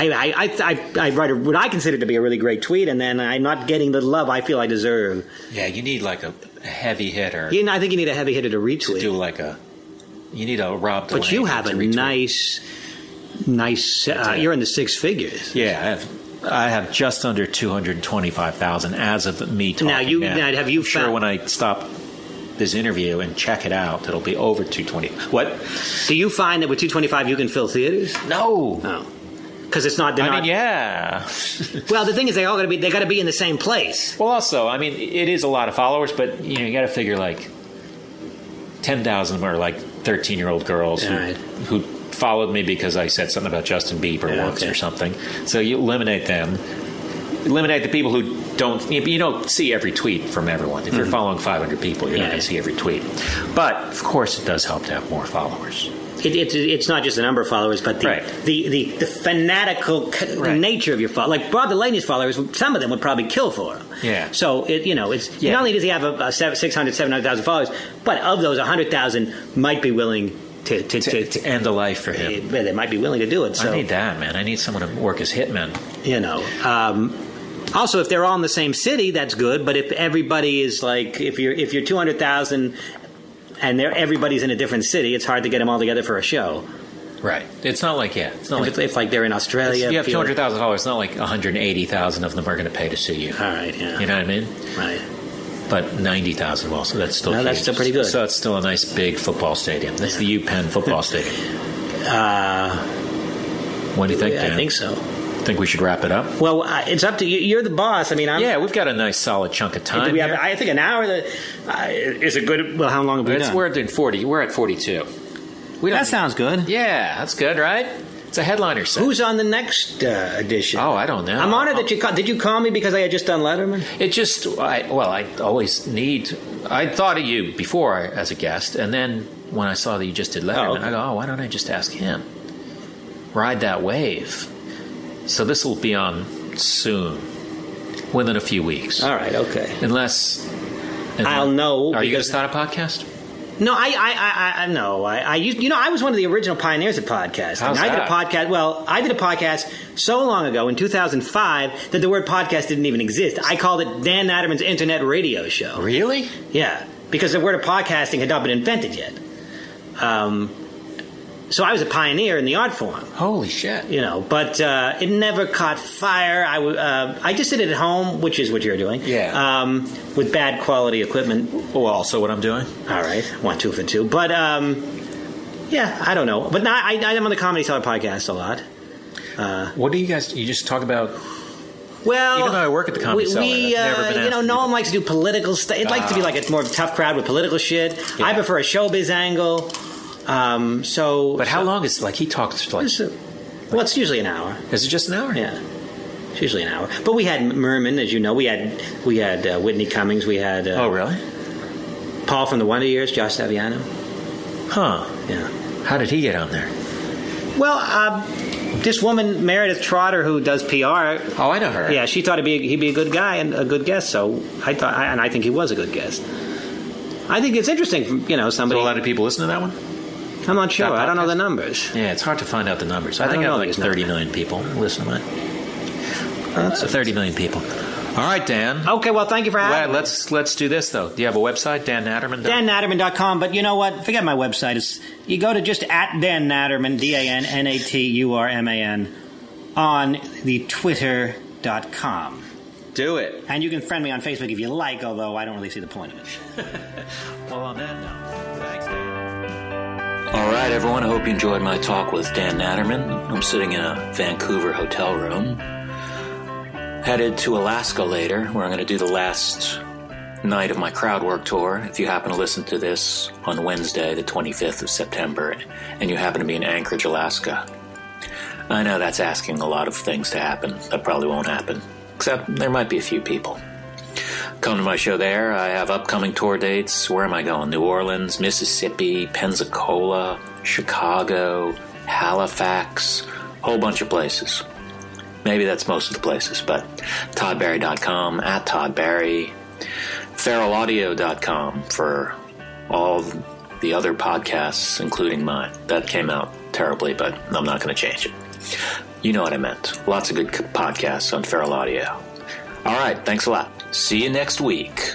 S3: I, I, I, I, I write a, what I consider to be a really great tweet, and then I'm not getting the love I feel I deserve.
S2: Yeah, you need like a heavy hitter
S3: You know, I think you need a heavy hitter to
S2: to
S3: retweet.
S2: do like a. You need a Rob.
S3: but
S2: Delaney
S3: you have
S2: to
S3: a
S2: retweet.
S3: nice, nice. Uh,
S2: it.
S3: you're in the six figures.
S2: Yeah, I have, I have just under two hundred twenty-five thousand as of me talking.
S3: Now, you-
S2: now.
S3: now, have you
S2: I'm sure
S3: found-
S2: when I stop this interview and check it out, it'll be over two twenty. What?
S3: Do you find that with 225 you can fill theaters?
S2: No.
S3: No, because it's not.
S2: I
S3: They're not
S2: mean, yeah.
S3: Well, the thing is, they all got to be. They got to be in the same place.
S2: Well, also, I mean, it is a lot of followers, but you know, you got to figure like ten thousand are like thirteen-year-old girls who,
S3: Alright.
S2: who followed me because I said something about Justin Bieber
S3: Yeah,
S2: once
S3: okay.
S2: or something. So you eliminate them. Eliminate the people who don't. You you don't see every tweet from everyone. If
S3: Mm-hmm.
S2: you're following 500 people, you're
S3: Yeah,
S2: not going
S3: yeah.
S2: to see every tweet. But of course, it does help to have more followers.
S3: It, it, it's not just the number of followers, but the
S2: Right.
S3: the, the, the fanatical c-
S2: Right.
S3: nature of your followers. Like Bob Delaney's followers, some of them would probably kill for him.
S2: Yeah.
S3: So it, you know, it's
S2: Yeah.
S3: not only does he have a, a seven- 600, 700,000 followers, but of those, hundred thousand might be willing to to,
S2: To,
S3: to,
S2: to end a life for
S3: eh,
S2: him.
S3: well, they might be willing to do it. So
S2: I need that, man. I need someone to work as hitman.
S3: you know. Um, also, if they're all in the same city, that's good. But if everybody is like, if you're if you're two hundred thousand, and they're everybody's in a different city, it's hard to get them all together for a show.
S2: Right. It's not like yeah. It's not
S3: If,
S2: like
S3: it's, if like they're in Australia,
S2: If you have two
S3: feel-
S2: hundred thousand dollars, not like one hundred eighty thousand of them are going to pay to sue you.
S3: All right, yeah,
S2: You know what I mean?
S3: right.
S2: But ninety thousand also that's still
S3: No, that's
S2: huge.
S3: still pretty good.
S2: So it's still a nice big football stadium. That's the U Penn football stadium.
S3: Uh,
S2: What do you think?
S3: yeah, I
S2: Dan?
S3: think so.
S2: Think we should wrap it up?
S3: Well, I, it's up to you. You're the boss. I mean, I'm.
S2: Yeah, we've got a nice solid chunk of
S3: do
S2: time.
S3: we have,
S2: here.
S3: I think an hour that, uh, is a good. Well, how long have we
S2: It's-
S3: done?
S2: we're at forty. We're at forty-two. We don't
S3: that sounds good.
S2: Yeah, that's good, right? It's a headliner set.
S3: Who's on the next uh, edition?
S2: Oh, I don't know.
S3: I'm honored that you call, did you call me because I had just done Letterman.
S2: It just, I, well, I always need. I thought of you before as a guest, and then when I saw that you just did Letterman,
S3: okay.
S2: I go, oh, why don't I just ask him? Ride that wave. So this will be on soon, within a few weeks,
S3: All right, okay.
S2: unless. and-
S3: I'll know
S2: Are you going to
S3: because-
S2: start a podcast?
S3: No, I, I, I, I no, I, I used, you know, I was one of the original pioneers of podcasting.
S2: How's
S3: I
S2: that?
S3: did a podcast. Well, I did a podcast so long ago in 2005 that the word podcast didn't even exist. I called it Dan Natterman's Internet Radio Show.
S2: Really?
S3: Yeah, because the word of podcasting had not been invented yet. Um, so I was a pioneer in the art form
S2: Holy shit!
S3: you know, but uh, it never caught fire. I, w- uh, I just did it at home, which is what you're doing.
S2: Yeah.
S3: Um, with bad quality equipment.
S2: Well, also what I'm doing.
S3: All right, one two for two. But um, yeah, I don't know. But now I, I am on the Comedy Cellar podcast a lot.
S2: What do you guys? You just talk about.
S3: Well,
S2: Even though I work at the Comedy
S3: we,
S2: Cellar,
S3: we,
S2: I've never
S3: uh,
S2: been
S3: you
S2: asked
S3: know,
S2: to do Ah.
S3: no one likes to do political stuff. It likes to be like a more of a tough crowd with political shit. I prefer a showbiz angle. Um, so,
S2: But how long is like he talks? Like,
S3: It's a- well, it's usually an hour.
S2: is it just an hour?
S3: Yeah, it's usually an hour. But we had Merman, as you know. We had we had uh, Whitney Cummings. We had
S2: Oh,
S3: uh,
S2: really? Oh.
S3: Paul from the Wonder Years, Josh Saviano.
S2: Huh?
S3: Yeah.
S2: How did he get on there?
S3: Well, uh, this woman Meredith Trotter, who does PR.
S2: Oh, I know her.
S3: Yeah, she thought he'd be he'd be a good guy and a good guest. So I thought, and I think he was a good guest. I think it's interesting, from, you know,
S2: Do
S3: somebody.
S2: a lot of people listen to that one?
S3: I'm not sure.
S2: that
S3: I don't know
S2: podcast?
S3: the numbers.
S2: Yeah, it's hard to find out the numbers. I,
S3: I
S2: think I have
S3: don't know
S2: like
S3: these
S2: 30 million people listen to it.
S4: Uh,
S3: That's
S2: That's 30 million people.
S4: All right, Dan.
S3: Okay, well, thank you for having
S4: Well,
S3: me.
S4: let's let's do this though. Do you have a website, Dan Natterman?
S3: DanNatterman.com, but you know what? Forget my website. It's, you go to just at Dan Natterman, D A N N A T U R M A N, on the Twitter.com.
S4: Do it.
S3: And you can friend me on Facebook if you like, although I don't really see the point of it.
S4: Well, on that note, thanks, Dan. All right, everyone. I hope you enjoyed my talk with Dan Natterman. I'm sitting in a Vancouver hotel room, headed to Alaska later, where I'm going to do the last night of my crowd work tour. If you happen to listen to this on Wednesday, the 25th of September, and you happen to be in Anchorage, Alaska, I know that's asking a lot of things to happen. That probably won't happen. Except there might be a few people. Come to my show there. I have upcoming tour dates. Where am I going? New Orleans, Mississippi, Pensacola, Chicago, Halifax, whole bunch of places. Maybe that's most of the places, but toddberry.com, at toddberry, feralaudio.com for all the other podcasts, including mine. That came out terribly, but I'm not going to change it. You know what I meant. Lots of good c- podcasts on Feral Audio. All right, thanks a lot. See you next week.